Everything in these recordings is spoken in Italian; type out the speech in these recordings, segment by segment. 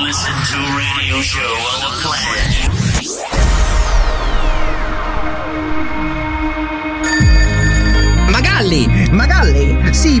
listen to radio show on the planet. Magalli! Magalli! Sì,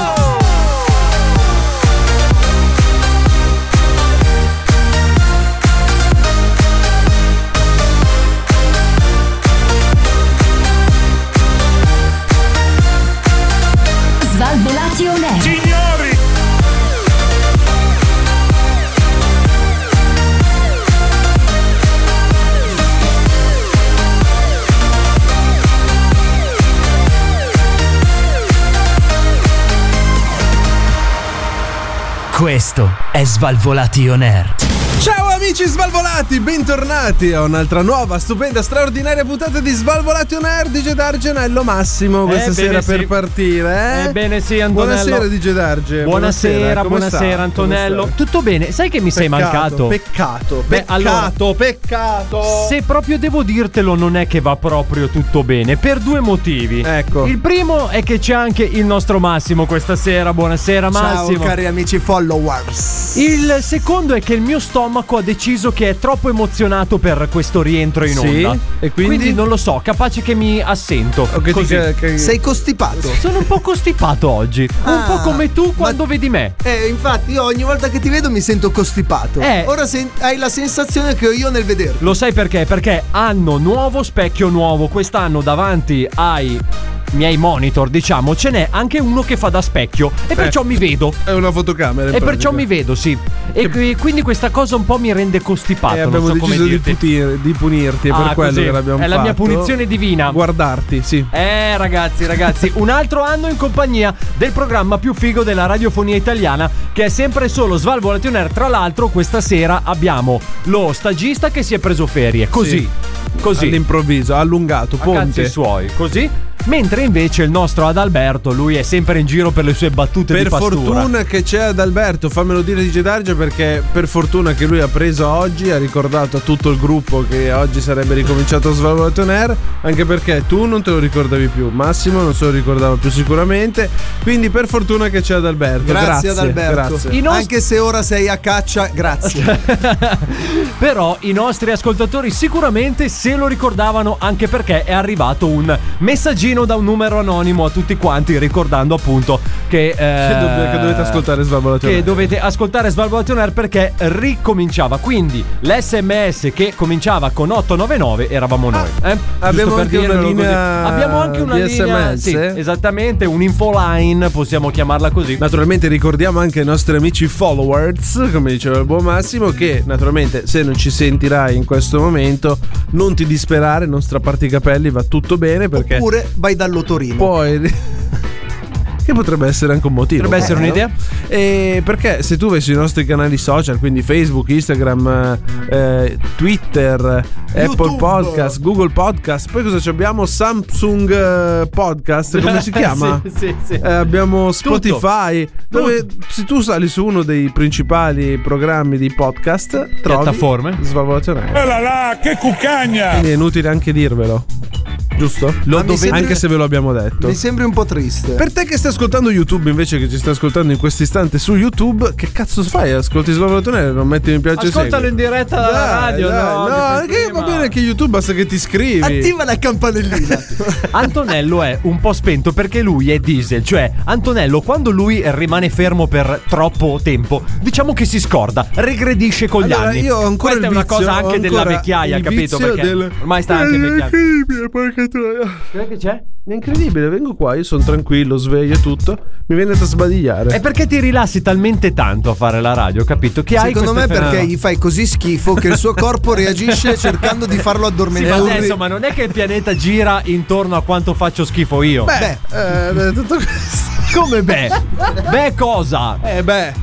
Svalvolati on air. Signori! Questo è Svalvolati On Air. Ciao amici svalvolati, bentornati a un'altra nuova, stupenda, straordinaria puntata di Svalvolati on Air di Gedargenello Massimo questa Ebbene sera per sì. partire. Eh? Ebbene sì, Antonello. Buonasera di Gedarge. Buonasera, buonasera, come sta? Come Antonello. stai? Tutto bene? Sai che mi sei Peccato, mancato? Peccato, Beh, peccato, allora- peccato. Se proprio devo dirtelo, non è che va proprio tutto bene. Per due motivi. Ecco. Il primo è che c'è anche il nostro Massimo questa sera. Buonasera, Massimo. Ciao cari amici followers! il secondo è che il mio stomaco ha deciso che è troppo emozionato per questo rientro in Sì, onda. e quindi? non lo so, capace che mi assento. Ok, ti- Così. che- che- Sei costipato? Sono un po' costipato oggi. un Ah, po' come tu quando vedi me. Eh, infatti io ogni volta che ti vedo mi sento costipato. Eh. Ora sen- hai la sensazione che ho io nel vederlo. Lo sai perché? Perché anno nuovo, specchio nuovo. Quest'anno davanti ai miei monitor, diciamo, ce n'è anche uno che fa da specchio. E Eh. perciò mi vedo. È una fotocamera. in E perciò pratica. mi vedo, sì. E qui- quindi questa cosa un po' mi rende costipato. E non Eh, abbiamo so come deciso di, dirti. putir- di punirti è per Ah, quello così. che l'abbiamo È fatto. la mia punizione divina. Guardarti, sì. Eh ragazzi, ragazzi, un altro anno in compagnia del programma più figo della radiofonia italiana che è sempre solo Svalvolati on Air. Tra l'altro questa sera abbiamo lo stagista che si è preso ferie, così, così. All'improvviso, allungato, a cazzi ponte. suoi, così. Mentre invece il nostro Adalberto, lui è sempre in giro per le sue battute di Per pastura. fortuna che c'è Adalberto, fammelo dire di Gedarge perché per fortuna che lui ha preso oggi, ha ricordato a tutto il gruppo che oggi sarebbe ricominciato a Svalvolato on Air, anche perché tu non te lo ricordavi più, Massimo non se lo ricordava più sicuramente, quindi per fortuna che c'è Adalberto. Grazie, Grazie, ad Alberto. grazie. I nostri- Anche se ora sei a caccia, grazie. Però i nostri ascoltatori sicuramente se lo ricordavano anche perché è arrivato un messaggino da un numero anonimo a tutti quanti ricordando appunto che... eh, Che dov- che dovete ascoltare Svalvolato on Che Air. dovete ascoltare Svalvolato on Air perché ricominciava. Quindi l'SMS che cominciava con 899 eravamo noi. eh? Giusto Ah, abbiamo per anche una dirvelo così. linea Abbiamo anche una di linea... SMS? Sì, esattamente, un infoline, possiamo chiamarla così. Naturalmente ricordiamo anche ai nostri amici followers, come diceva il buon Massimo, che naturalmente se non ci sentirai in questo momento non ti disperare, non strapparti i capelli, va tutto bene perché Oppure vai dallo Torino. poi... Che potrebbe essere anche un motivo. Potrebbe essere no? un'idea. E perché se tu vai sui nostri canali social, quindi Facebook, Instagram, eh, Twitter, Apple Podcast, Google Podcast, poi cosa ci abbiamo? Samsung eh, Podcast, come si chiama? sì, sì, sì. Eh, abbiamo Tutto. Spotify. Dove se tu sali su uno dei principali programmi di podcast, trovi Piattaforme. Svalvolazionale. Oh là là, che cuccagna! Quindi è inutile anche dirvelo. Giusto? Lo Ma mi dovete- sembra- Anche se ve lo abbiamo detto. Mi sembri un po' triste. Per te che stai ascoltando YouTube invece che ci stai ascoltando in questo istante su YouTube, che cazzo fai? Ascolti Svalvolatonello, non metti mi piace Ascoltalo segui. in diretta Dai, dalla radio. dai, no, no, che fai che prima. va bene che YouTube basta che ti iscrivi. Attiva la campanellina. Antonello è un po' spento perché lui è diesel, cioè Antonello quando lui rimane fermo per troppo tempo, diciamo che si scorda, regredisce con gli Allora, anni. io ho ancora Questa il è una vizio, cosa ho anche della ancora vecchiaia, il capito? vizio Perché del- ormai sta anche È vecchiaia. Cioè, incredibile, porca troia. Che c'è? È incredibile, vengo qua, io sono tranquillo, sveglio e tutto. Mi viene da sbadigliare. È perché ti rilassi talmente tanto a fare la radio, capito? Che hai Secondo me questo perché fenomeno. gli fai così schifo che il suo corpo reagisce cercando di farlo Sì, ma addormentare. adesso, ma non è che il pianeta gira intorno a quanto faccio schifo io. Beh, eh, Eh, tutto questo. come beh? beh cosa? Eh beh,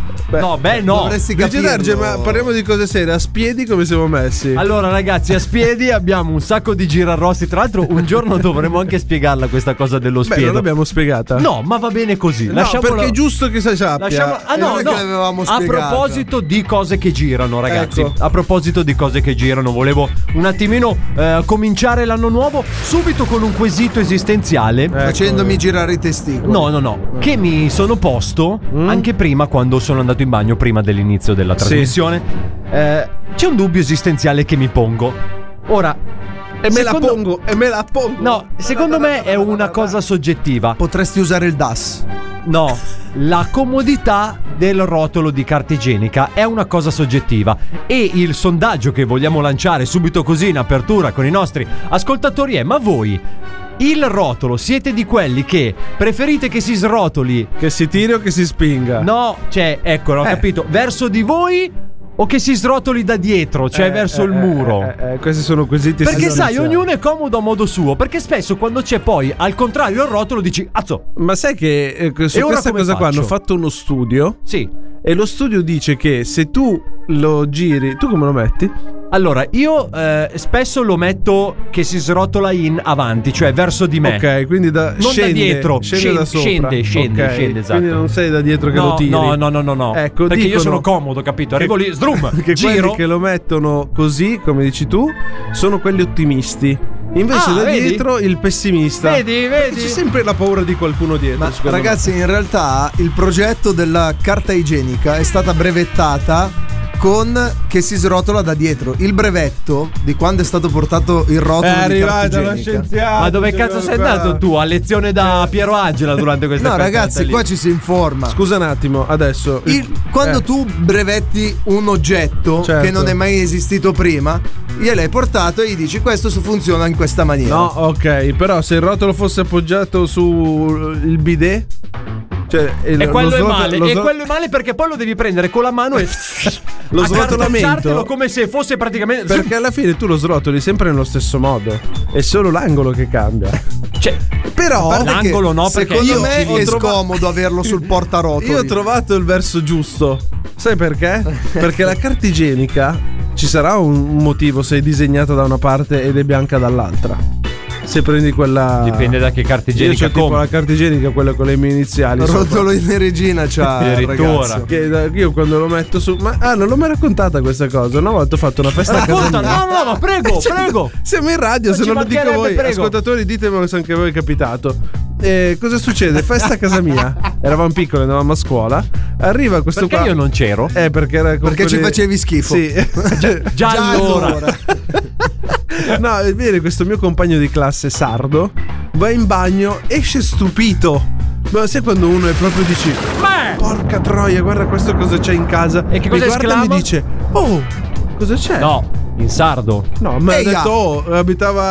no, beh, no. dovresti Luigi capirlo. Darge, ma parliamo di cose serie. A spiedi come siamo messi? Allora, ragazzi, a Spiedi abbiamo un sacco di girarrossi. Tra l'altro, un giorno dovremmo anche spiegarla questa cosa dello Beh, non spiedo. l'abbiamo spiegata. No, ma va bene così. No, Lasciamola- perché è giusto che sai sappia. Eh, Lasciamo, ah, no, non è no. che l'avevamo a spiegata. proposito di cose che girano, ragazzi. Ecco. A proposito di cose che girano, volevo un attimino eh, cominciare l'anno nuovo subito con un quesito esistenziale. facendomi girare i testicoli. No, no, no, Mm. che mi sono posto anche prima quando sono andato in bagno, prima dell'inizio della trasmissione. Eh, c'è un dubbio esistenziale che mi pongo. Ora, E me secondo- la pongo, e me la pongo. No, secondo me è una cosa soggettiva. Potresti usare il DAS. No, la comodità del rotolo di carta igienica è una cosa soggettiva e il sondaggio che vogliamo lanciare subito così in apertura con i nostri ascoltatori è ma voi il rotolo siete di quelli che preferite che si srotoli? Che si tiri o che si spinga? No, cioè, ecco, Eh. ho capito, verso di voi o che si srotoli da dietro, cioè Eh, verso eh, il eh, muro? eh, eh, questi sono quesiti Perché sai, esistenziali. ognuno è comodo a modo suo, perché spesso quando c'è poi al contrario il rotolo dici "Azzo". Ma sai che eh, que- su E ora questa come cosa qua faccio? hanno fatto uno studio Sì. e lo studio dice che se tu lo giri, tu come lo metti? Allora, io eh, spesso lo metto che si srotola in avanti, cioè verso di me. Ok, quindi da, da scende, dietro, scende, scende- da sopra. scende, scende, Ok, scende, esatto. Quindi non sei da dietro che No, lo tiri. no, no, no, no, no. Ecco, Perché io dicono sono comodo, capito? Arrivo lì, sdrum, che giro. quelli che lo mettono così, come dici tu, sono quelli ottimisti. Invece Ah, da vedi? dietro il pessimista. Vedi, vedi? C'è sempre la paura di qualcuno dietro. Ma secondo me. ragazzi, in realtà il progetto della carta igienica è stata brevettata con che si srotola da dietro. Il brevetto di quando è stato portato il è rotolo di carta arrivata la igienica. scienziata. Ma dove cazzo sei andato tu a lezione da Piero Angela durante questa No, festa ragazzi, lì? qua ci si informa. Scusa un attimo, adesso. Il- quando Eh, tu brevetti un oggetto Certo. che non è mai esistito prima, gliel'hai portato e gli dici questo so- funziona in questa maniera. No, ok, però se il rotolo fosse appoggiato sul il bidet. Cioè, il- E lo quello è srotola- male, lo e sro- quello è male perché poi lo devi prendere con la mano e Lo a srotolamento- cartacciartelo come se fosse praticamente Perché alla fine tu lo srotoli sempre nello stesso modo. È solo l'angolo che cambia. Cioè, Però parte che L'angolo no, perché secondo io me ci è trova- scomodo averlo sul portarotoli. Io ho trovato il verso giusto. Sai perché? Perché la carta igienica ci sarà un motivo se è disegnata da una parte ed è bianca dall'altra. Se prendi quella. dipende da che carta igienica Ah. Io c'ho tipo compri. la carta igienica, quella con le mie iniziali. sopra. Rotolo in regina c'ha il Addirittura. ragazzo. Che da- io quando lo metto su. Ma ah, non l'ho mai raccontata questa cosa. Una volta ho fatto una festa a casa Racconta, mia. no, no, no, ma prego, prego. Siamo in radio, Ma se ci non lo dico mancherebbe, voi, prego. ascoltatori, ditemelo se anche a voi è capitato. Eh, cosa succede? Festa a casa mia. Eravamo piccoli, andavamo a scuola. Arriva questo Perché qua. io non c'ero? Eh, perché era con Perché ci quelli- facevi schifo. Sì. Già, Già allora. no, viene questo mio compagno di classe sardo, va in bagno, esce stupito. Ma sai quando uno è proprio dici Ma è- Porca troia, guarda questo cosa c'è in casa. E che cosa mi guarda esclama? e mi dice "Oh, cosa c'è?" No, in sardo. No, ma ha Eia. detto, oh, abitava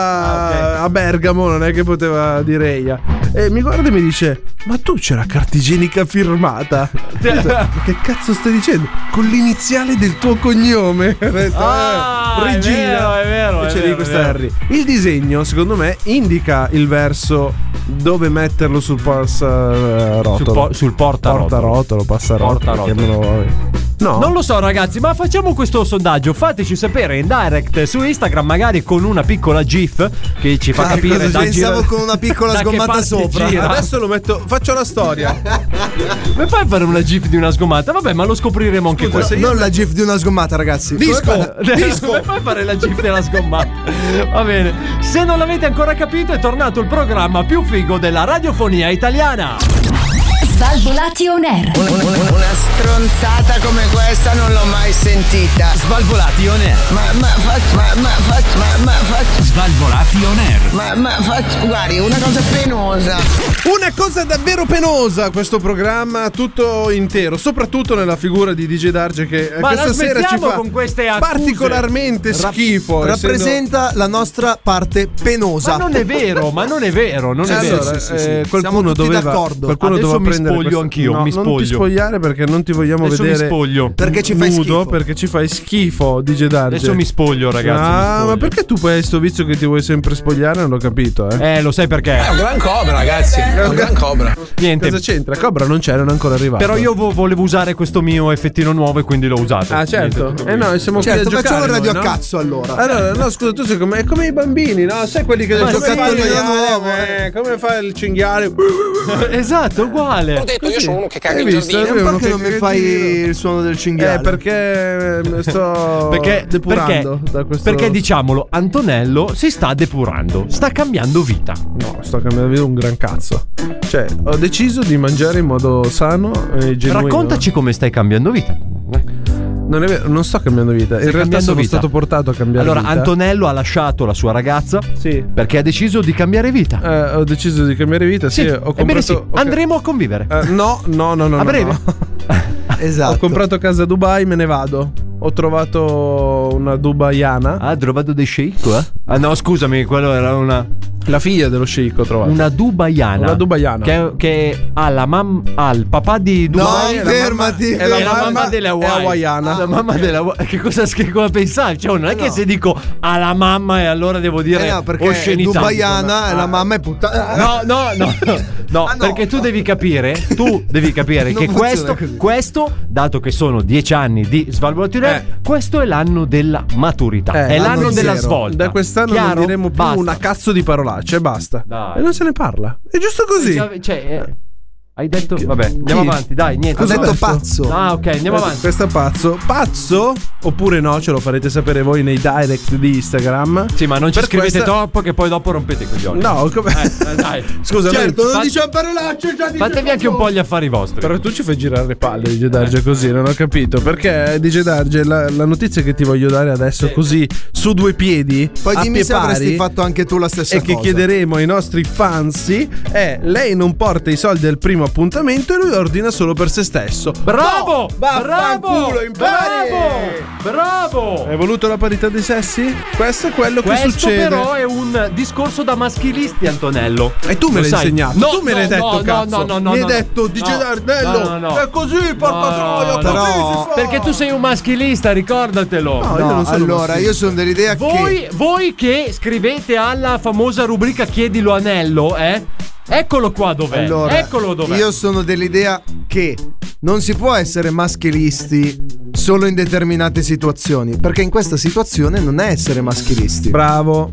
Ah, a Bergamo, non è che poteva dire Eia. E mi guarda e mi dice, ma tu c'è la carta igienica firmata? Io ho detto, "Ma che cazzo stai dicendo? Con l'iniziale del tuo cognome. Ho detto, Ah, è vero, è vero, è E c'è lì vero, questa è vero. Harry. Il disegno, secondo me, indica il verso dove metterlo sul passarotolo. Sul, po- sul portarotolo. Portarotolo, passarotolo, Portarotolo. chiamalo- No. Non lo so ragazzi, ma facciamo questo sondaggio. Fateci sapere in direct su Instagram, magari con una piccola GIF che ci fa Ah, capire cosa da pensavo gira- con una piccola da che sgommata parte sopra. gira. Adesso lo metto, faccio la storia. Come fai a fare una GIF di una sgommata? Vabbè, ma lo scopriremo anche questo. non la gif di una sgommata, ragazzi. Come fai a fare la GIF della sgommata? Va bene. Se non l'avete ancora capito, è tornato il programma più figo della radiofonia italiana. Esatto. Svalvolati on air. Una stronzata come questa non l'ho mai sentita. Svalvolati on air. Ma ma fac- ma ma fac- ma ma fac- Svalvolati on air. ma ma fac- guardi, una cosa penosa. Una cosa davvero penosa questo programma tutto intero, soprattutto nella figura di DJ Darge che eh, Ma la questa sera ci smettiamo fa con queste accuse. particolarmente schifo. essendo- Rappresenta la nostra parte Ma penosa. non è vero, ma non è vero, non è Allora, sì, vero. sì, sì. eh, Siamo qualcuno tutti doveva, d'accordo. Adesso qualcuno doveva mi prendere prendere spoglio questa- anch'io, No, mi Non ti spoglio. spogliare perché non ti vogliamo Adesso mi vedere. spoglio. Perché ci fai nudo, schifo. perché ci fai schifo di Darge. Adesso mi spoglio, ragazzi. mi Ah, spoglio. ma perché tu poi hai sto vizio che ti vuoi sempre spogliare? Non l'ho capito, eh. Eh, lo sai perché? Niente. Cosa c'entra? Cobra non c'erano ancora arrivati. Però io vo- volevo usare questo mio effettino nuovo e quindi l'ho usato. Ah, certo. Niente, tutto Eh qui. no, siamo Certo, qui a giocare. facciamo il radio noi, a no? cazzo allora. Allora, no, scusa, tu sei come, è come i bambini, no? Sai quelli che Ma come sì, fa il è nuovo, eh, come fa il cinghiale? Esatto, uguale. Hai visto? È un po' che non mi Che fai tiro. il suono del cinghiale. Eh, perché eh, sto Perché, depurando perché- da questo perché diciamolo, Antonello si sta depurando, sta cambiando vita. No, sto cambiando vita un gran cazzo. Cioè, ho deciso di mangiare in modo sano e genuino. Raccontaci come stai cambiando vita. Non è vero, non sto cambiando vita. In realtà cambiando sono vita. stato portato a cambiare Allora, vita. Antonello ha lasciato la sua ragazza Sì. perché ha deciso di cambiare vita. Eh, ho deciso di cambiare vita. Sì, ho comprato. ebbene sì, ok. andremo a convivere. Eh, no, no, no, no. a no, breve. no. Esatto. Ho comprato casa a Dubai, me ne vado. Ho trovato una dubaiana. Ah, trovato dei sceicco, eh? Ah no, scusami, quello era una La figlia dello sceicco ho trovato. una dubaiana. Una dubaiana. Che, che ha la mamma ha il papà di No, Dubai e la mamma- fermati. Eh, è la è la mamma mamma della è hawaiana. La mamma della Hawaii. Che cosa che cosa pensavi? Cioè, non è che se dico alla mamma e allora devo dire "Oh, Eh no, perché oscenità. Dubaiana e la mamma è puttana. No, no, no, no, no, Ah, no. perché tu devi capire, tu devi capire Non che funziona questo, così. questo, dato che sono dieci anni di svalvolazione, Eh. questo è l'anno della maturità, Eh, è l'anno l'anno della zero. svolta. Da quest'anno Chiaro? non diremo più Basta. una cazzo di parolacce e basta. Dai. E non se ne parla. È giusto così. Cioè, cioè, eh, hai detto, vabbè, andiamo Chi? avanti, dai, niente. Ho Cosa- detto pazzo. Ah, ok, andiamo avanti. Questo è pazzo. Pazzo? Oppure no, ce lo farete sapere voi nei direct di Instagram. Sì, ma non ci Per scrivete questa- troppo che poi dopo rompete i coglioni. No, come... Eh, dai. Scusa, Certo, noi- non fa- diciamo parolacce, già dice Fatevi anche un po' gli affari vostri. Però tu ci fai girare le palle, DJ Darge, così, non ho capito. Perché, DJ Darge, la, la notizia che ti voglio dare adesso, così, su due piedi, Poi a dimmi pie se avresti pari, fatto anche tu la stessa e cosa. che chiederemo ai nostri fansi è lei non porta i soldi al primo appuntamento e lui ordina solo per se stesso. Bravo! Boh, bravo! vaffanculo, impari! Bravo! Bravo! Hai voluto la parità dei sessi? Questo è quello che Questo succede. però è un discorso da maschilisti, Antonello. E tu me Lo l'hai sai. insegnato, tu me l'hai detto, no, cazzo. No, no, no, Mi no, hai no. detto, dice No, Darnello, no, no, no. è così, porca No, troia, no, così no. si fa. Perché tu sei un maschilista, ricordatelo. No, No, io non Ah, sono allora, io sono dell'idea che... Voi, voi che scrivete alla famosa rubrica Chiedilo Anello, eh? Eccolo qua dov'è. Allora, Eccolo dov'è. Io sono dell'idea che non si può essere maschilisti solo in determinate situazioni, perché in questa situazione non è essere maschilisti. Bravo.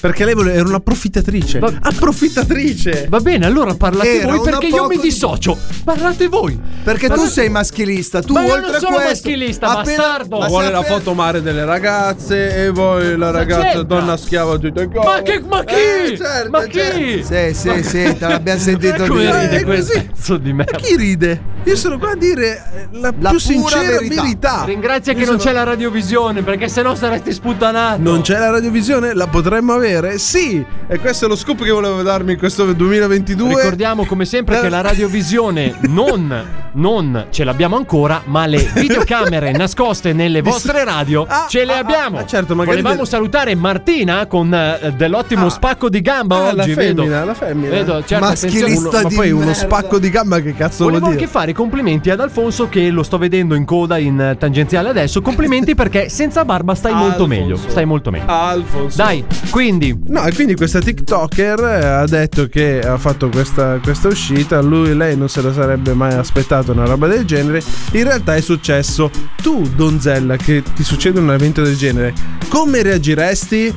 Perché lei vole- era un'approfittatrice. Va- Approfittatrice! Va bene, allora parlate Era voi una perché io poco mi di- dissocio. Parlate voi. Perché tu Parlate- sei maschilista, tu Ma io oltre non sono a questo maschilista, bastardo. se Vuole la appena- foto mare delle ragazze e voi la ragazza c'entra? donna schiava tutte le certo. cose. Ma che ma chi? Eh, certo, ma chi? certo. Sì, sì, sì, te l'abbiamo sentito Ecco dire. come ride Eh, questo così. cazzo di merda. Chi ride? Io sono qua a dire eh, la, La pura più sincera verità. verità. Ringrazia che non c'è la radiovisione perché sennò saresti sputtanato. Non c'è la radiovisione? La potremmo avere? Sì! E questo è lo scoop che volevo darmi in questo 2022. Ricordiamo come sempre che la radiovisione non, non ce l'abbiamo ancora, ma le videocamere nascoste nelle vostre radio Ah, ce le ah, abbiamo. ah, certo, magari Volevamo de- salutare Martina con eh, dell'ottimo Ah. spacco di gamba Ah, oggi. la vedo. femmina, la femmina. Vedo, certo, Maschilista attenzione. Uno- ma di poi uno merda. spacco di gamba che cazzo Volevo vuol dire? anche fare i complimenti ad Alfonso che lo sto vedendo in coda in eh, tangenziale adesso. Complimenti perché senza barba stai molto Alfonso. meglio. Stai molto meglio. Alfonso. Dai, quindi No, e quindi questa TikToker eh, ha detto che ha fatto questa, questa uscita, lui lei non se la sarebbe mai aspettato una roba del genere. In realtà è successo. Tu, donzella, che ti succede un evento del genere, come reagiresti?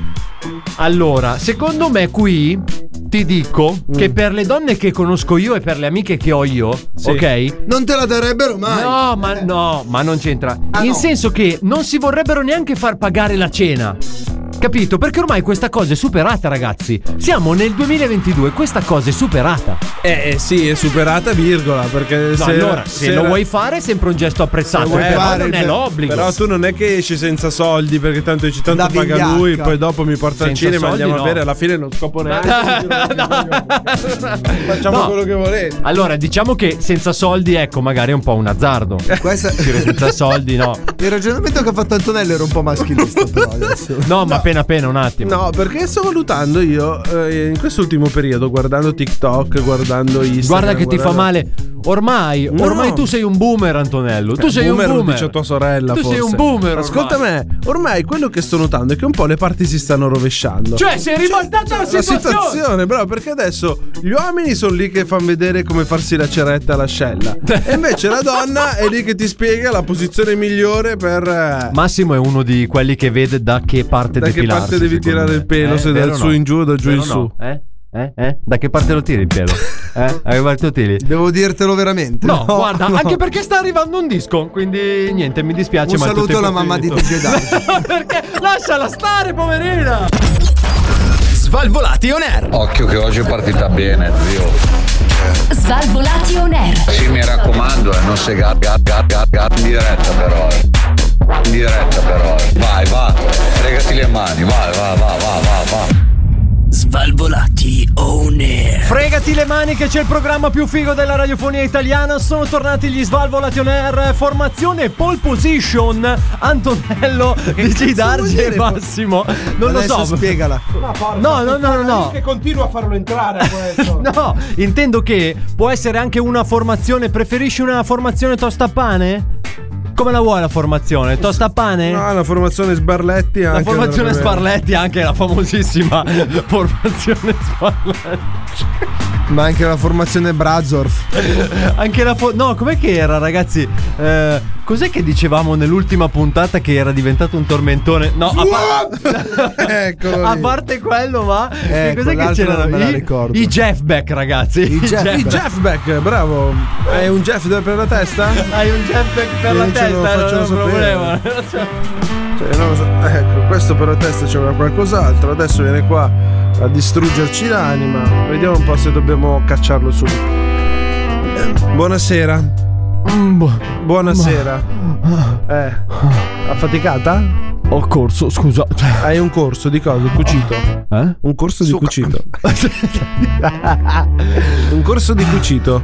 Allora, secondo me qui ti dico Mm. che per le donne che conosco io e per le amiche che ho io, ok? Non te la darebbero mai. No, ma no, ma non c'entra. Ah, In senso che non si vorrebbero neanche far pagare la cena. Capito? Perché ormai questa cosa è superata, ragazzi. Siamo nel 2022, questa cosa è superata. Eh, eh, sì, è superata, virgola, perché No, allora, se, lo vuoi fare è sempre un gesto apprezzato, vuoi però fare, non è per- l'obbligo. Però tu non è che esci senza soldi perché tanto dici tanto Da paga vigliacca. lui, poi dopo mi porta al Senza cinema, soldi, andiamo no. a bere, alla fine non scopo neanche. Facciamo No. quello che volete. Allora, diciamo che senza soldi, ecco, magari è un po' un azzardo. Questa- Uscire senza soldi, no. Il ragionamento che ha fatto Antonello era un po' maschilista, però adesso. No, ma No, appena appena un attimo. No, perché sto valutando io eh, in quest'ultimo periodo, guardando TikTok, guardando Instagram. Guarda che ti fa guardando- male. Ormai, No. ormai tu sei un boomer, Antonello. Tu Eh, sei boomer un lo boomer. dice tua sorella. Tu forse. sei un boomer. ormai. Ascolta me, ormai quello che sto notando è che un po' le parti si stanno rovesciando. Cioè, sei ribaltata la situazione. bravo, perché adesso gli uomini sono lì che fanno vedere come farsi la ceretta all'ascella. e invece la donna è lì che ti spiega la posizione migliore per. eh, Massimo è uno di quelli che vede da che parte Da che depilarsi, parte devi secondo tirare me. Eh, il pelo, se vero dal o su in giù o da giù Vero in o su. Eh? Eh? Eh? Da che parte lo tiri il pelo? Eh? A che parte lo tiri? Devo dirtelo veramente. No, guarda, no. anche perché sta arrivando un disco, quindi niente, mi dispiace. Un ma è tutto saluto alla in mamma di continuo. DJ Darge. perché lasciala stare, poverina. Svalvolati on air. Occhio che oggi è partita bene, zio. Svalvolati on air. Sì, mi raccomando, eh, non sei gar, gar, gar, gar, gar. In diretta però. eh. In diretta però. eh. Vai, va. Fregati le mani, vai, va, va, va, va, va. Svalvolati on air. Fregati le mani che c'è il programma più figo della radiofonia italiana. Sono tornati gli Svalvolati on air. Formazione pole position. Antonello, DJ Darge e Massimo. Non Adesso lo so. spiegala. No, no, no, no, no. continua a farlo entrare questo. No, intendo che può essere anche una formazione. Preferisci una formazione tostapane? Come la vuoi la formazione? Tostapane? No, la formazione Sbarletti La anche formazione andrebbe bene. Sparletti, anche la famosissima formazione Sparletti. Ma anche la formazione Brazorf. Anche la fo- No, com'è che era, ragazzi? Eh, cos'è che dicevamo nell'ultima puntata che era diventato un tormentone? No, a, par- Eccolo a lì. parte quello, ma che Eh, cos'è che quell'altro c'erano? non me la I, ricordo. I Jeffback, ragazzi. I, Jeff- Jeffback. I Jeff Beck, bravo. Hai un Jeff per la testa? Hai un Jeffback per la Io Eh, ce testa, lo non è un faccio problema. Cioè, non lo so. Ecco, questo per la testa c'era qualcos'altro. Adesso viene qua a distruggerci l'anima. Vediamo un po' se dobbiamo cacciarlo su. Buonasera. Mm, Buonasera. Eh, affaticata? Ho corso, scusa. Hai un corso di cosa? Cucito. Eh? Un corso di cucito. un corso di cucito.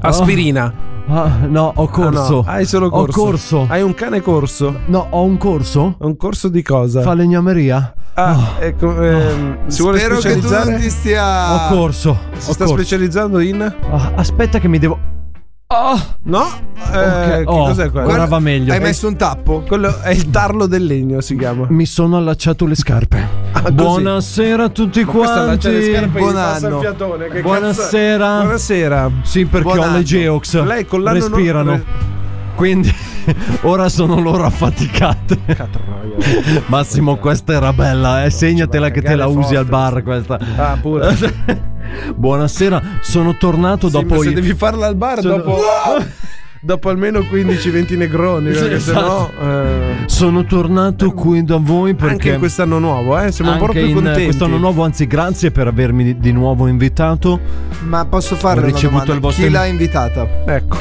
Aspirina. Ah, no, ho Ah, no, corso. Hai solo corso. Ah. Ho corso. Hai un cane corso. No, ho un corso? Un corso di cosa? Falegnameria? Ah, ecco, ehm, si vuole Spero che tu specializzare? non ti stia. Ho corso. Ah. Si ho sta corso. specializzando in Ah, aspetta che mi devo... Ah, No, eh, ok. che Oh, cos'è quello? Guarda, va meglio. Hai messo un tappo? Quello è il tarlo del legno, si chiama. Mi sono allacciato le scarpe. Ah, così. Buonasera a tutti quanti. Buon anno. Buonasera. Buonasera. Sì, perché Buon ho le anno. Geox. Lei con l'anno non- Respirano. Quindi ora sono loro affaticate. Massimo, questa era bella, eh. Segnatela che te la cagare usi al bar forte. questa. Ah, pure. Sì, Buonasera, sono tornato ma dopo se i- devi farla al bar Sono- dopo dopo almeno 15-20 negroni, Sì, perché esatto. sennò eh, Sono tornato qui da voi perché anche in quest'anno nuovo, eh, siamo un po' anche più in contenti. quest'anno nuovo, anzi grazie per avermi di- di nuovo invitato. Ma posso farle Ho una ricevuto domanda? il vostro Chi in- l'ha invitata? Ecco.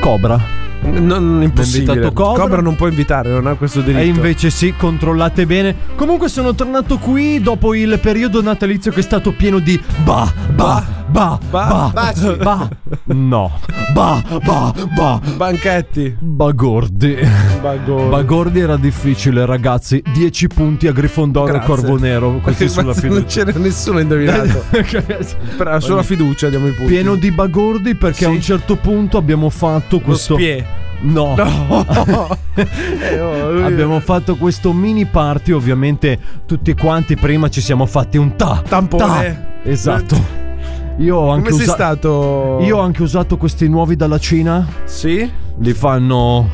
Cobra. Non impossibile. invitato Cobra. non può invitare, non ha questo diritto. E invece sì, controllate bene. Comunque sono tornato qui dopo il periodo natalizio che è stato pieno di ba ba ba ba Ba- ba, no ba ba ba Banchetti. bagordi. Bagone. Bagordi era difficile, ragazzi. 10 punti a Grifondoro e Grazie. Corvo Nero, così sulla Ma se Non fiducia. c'era nessuno indovinato. Però sulla fiducia diamo i punti. Pieno di bagordi perché a un certo punto abbiamo fatto questo spie. No. Eh, oh, lui- Abbiamo fatto questo mini party, ovviamente tutti quanti prima ci siamo fatti un ta Tampone. ta. Esatto. Io ho Come anche sei usa- stato? Io ho anche usato questi nuovi dalla Cina. Sì? Li fanno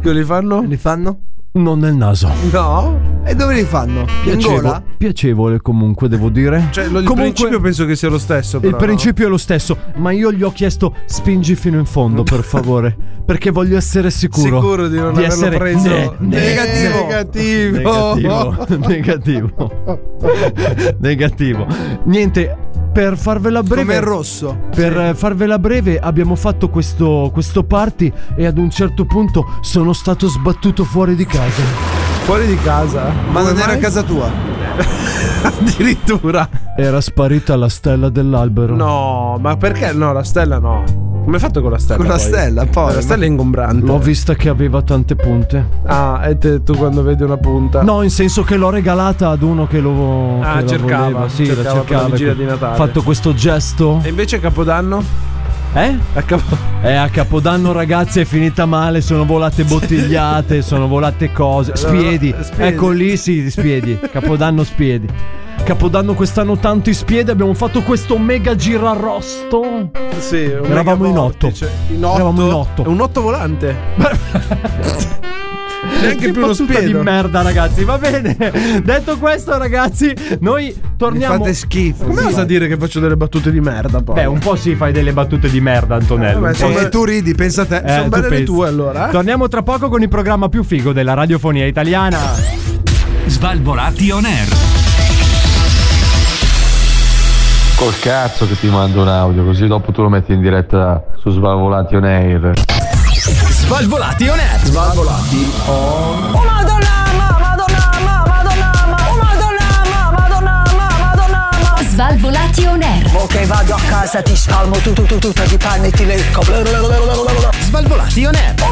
Che li fanno? Li fanno? non nel naso. No. E dove li fanno? In gola? Piacevo- piacevole comunque, devo dire. Cioè, lo, il Comunque- principio penso che sia lo stesso. Il Però, no? principio è lo stesso, ma io gli ho chiesto spingi fino in fondo, per favore, perché voglio essere sicuro. Sicuro di non averlo essere preso. ne- ne- Negativo. Negativo. Negativo. Negativo. Niente, per farvela breve. Come il rosso. Per eh, farvela breve abbiamo fatto questo, questo party e ad un certo punto sono stato sbattuto fuori di casa. Fuori di casa. Ma non Come era a mai? casa tua. Addirittura. Era sparita la stella dell'albero. No, ma perché? No, la stella no. Come hai fatto con la stella? Con la poi? stella, poi. La stella è ingombrante. L'ho vista che aveva tante punte. Ah, e te, tu quando vedi una punta. No, in senso che l'ho regalata ad uno che lo Ah, che la cercava, voleva. Sì, cercava la per la cercava. vigilia di Natale. Fatto questo gesto. E invece Capodanno? Eh? A Capo- Eh, a Capodanno, ragazzi, è finita male. Sono volate bottigliate, sono volate cose. Spiedi. Spiedi. Ecco lì, sì, spiedi. Capodanno, spiedi. Capodanno quest'anno tanto i spiedi. Abbiamo fatto questo mega girarrosto. Sì, un Eravamo in otto. megavortice. In otto. Eravamo in otto. È un otto volante. Neanche Che più uno battuta di spiedo. merda, ragazzi. Va bene. Detto questo, ragazzi, noi Mi torniamo. fate schifo. Come osa dire che faccio delle battute di merda poi? Beh, un po' sì, fai delle battute di merda, Antonello. Vabbè, eh, un po' sono- E tu ridi, pensa a te. Eh, sono tu belle le pensi. tue allora. eh? Torniamo tra poco con il programma più figo della radiofonia italiana. Svalvolati on air. Col cazzo che ti mando un audio, così dopo tu lo metti in diretta su Svalvolati on Air. Svalvolati on air. Svalvolati on air. Ok, vado a casa, ti spalmo tu tu tu tu di panni ti lecco. Svalvolati on air. Oh,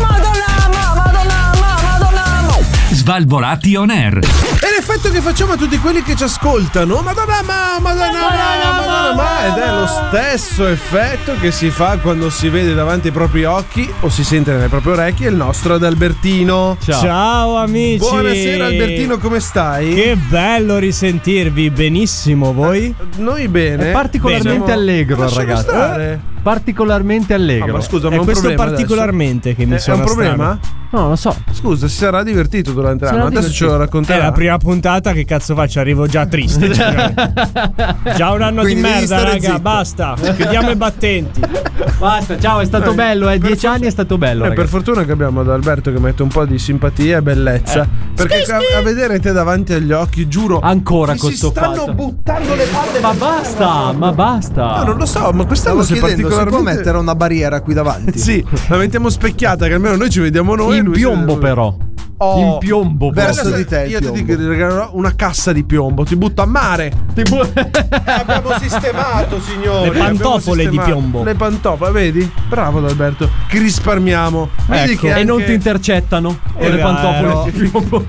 Svalvolati on air. E l'effetto che facciamo a tutti quelli che ci ascoltano. Madonna, ma, madonna, ma, madonna, ma. Ed è lo stesso effetto che si fa quando si vede davanti ai propri occhi o si sente nelle proprie orecchie il nostro Adalbertino. Ciao. amici. Buonasera Albertino, come stai? Che bello risentirvi, benissimo voi. Noi bene. È particolarmente Siamo- allegro, Lasciami ragazzi. stare. Particolarmente allegro. Ah, ma scusa, ma è un questo problema adesso? particolarmente che mi Eh, È sono un problema? No, lo so. Scusa, si sarà divertito durante l'anno. Adesso divertito. ce lo È racconterà. la prima puntata, che cazzo faccio? Arrivo già triste. cioè. Già un anno di Quindi devi merda, stare raga, zitto. basta. Chiudiamo i battenti. Basta, ciao, è stato bello, eh. Dieci anni è stato bello. Eh, ragazzi. per fortuna che abbiamo Adalberto che mette un po' di simpatia e bellezza. Perché a, a vedere te davanti agli occhi, giuro. Ancora mi con si sto stanno fatto. buttando le palle. Ma basta, ma basta. No, non lo so, ma Stavo quest'anno sei chiedendo se può particolarmente. mettere una barriera qui davanti. Sì, la mettiamo specchiata, che almeno noi ci vediamo noi. In lui si piombo, vede- però. Oh. In piombo, Guarda, Verso se- di te il Io ti dico, piombo. ti regalerò una cassa di piombo. Ti butto a mare. Abbiamo sistemato, signori. Le pantofole abbiamo di sistemato. piombo. Le pantofole, vedi? Bravo, Adalberto. Che risparmiamo. Vedi Ecco. che E anche- non ti intercettano. Eh, con le no. pantofole. di piombo.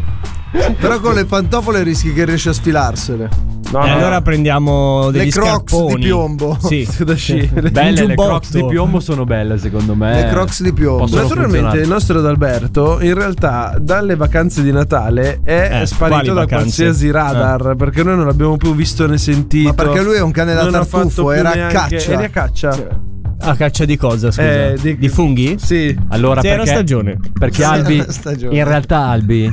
Però con le pantofole rischi che riesci a sfilarsele. No, E no, allora prendiamo degli Crocs di scarponi. piombo. Sì. da sci. Belle le giubbotto. crocs di piombo sono belle, secondo me. Le crocs di piombo. Possono Naturalmente funzionare. il nostro Adalberto in realtà dalle vacanze di Natale è Eh, quali sparito da vacanze? qualsiasi radar perché noi non l'abbiamo più visto né sentito. Ma perché lui è un cane da Non ha fatto tartufo, più era a neanche- caccia. Era a caccia. A Ah, caccia di cosa, scusa? Eh, di... funghi? Sì. Allora, Zero perché, stagione. Perché Zero Albi, stagione. in realtà Albi,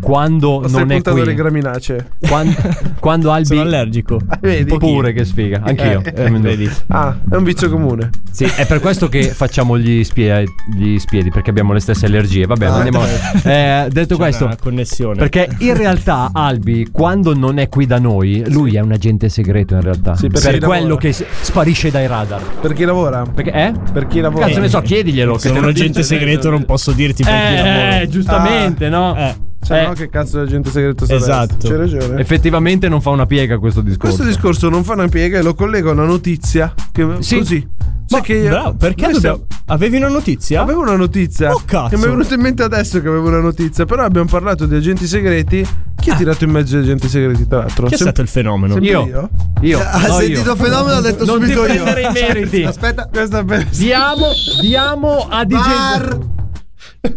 quando Ma stai non è puntando qui, le graminacee. quan- quando, Albi... Sono allergico. Ah, Vedi? Pure che sfiga, anch'io. Eh, Eh, vedi. Ah, è un vizio comune. Sì, è per questo che facciamo gli, spie- gli spiedi, perché abbiamo le stesse allergie. Vabbè, ma andiamo avanti. Eh, detto questo, Una connessione. perché in realtà Albi, quando non è qui da noi, lui è un agente segreto in realtà. Sì, perché per lavora. quello che s- sparisce dai radar. Per chi lavora? Perché, eh? Per chi lavora? Cazzo ne so, chiediglielo. che Sono te un lo agente dice. segreto, non posso dirti perché Eh, eh, giustamente, no? Eh. Cioè, Eh. no, che cazzo di gente segreto saresti? Esatto. C'hai ragione. Effettivamente non fa una piega questo discorso. Questo discorso non fa una piega e lo collego a una notizia. Che, Sì. Così. Ma Sai che bravo, perché noi dobbiamo... siamo- Avevi una notizia? Avevo una notizia. Oh, cazzo. Che mi è venuta in mente adesso che avevo una notizia. Però abbiamo parlato di agenti segreti. Chi ha Ah. tirato in mezzo gli agenti segreti, tra l'altro? Chi è Sem- stato il fenomeno? sempre Io. io? Io. Ha Ah, no, sentito io. fenomeno, ha detto Non ti subito io. Cioè, prendere i meriti. Aspetta, Questa per... Diamo, diamo a DJ Bar.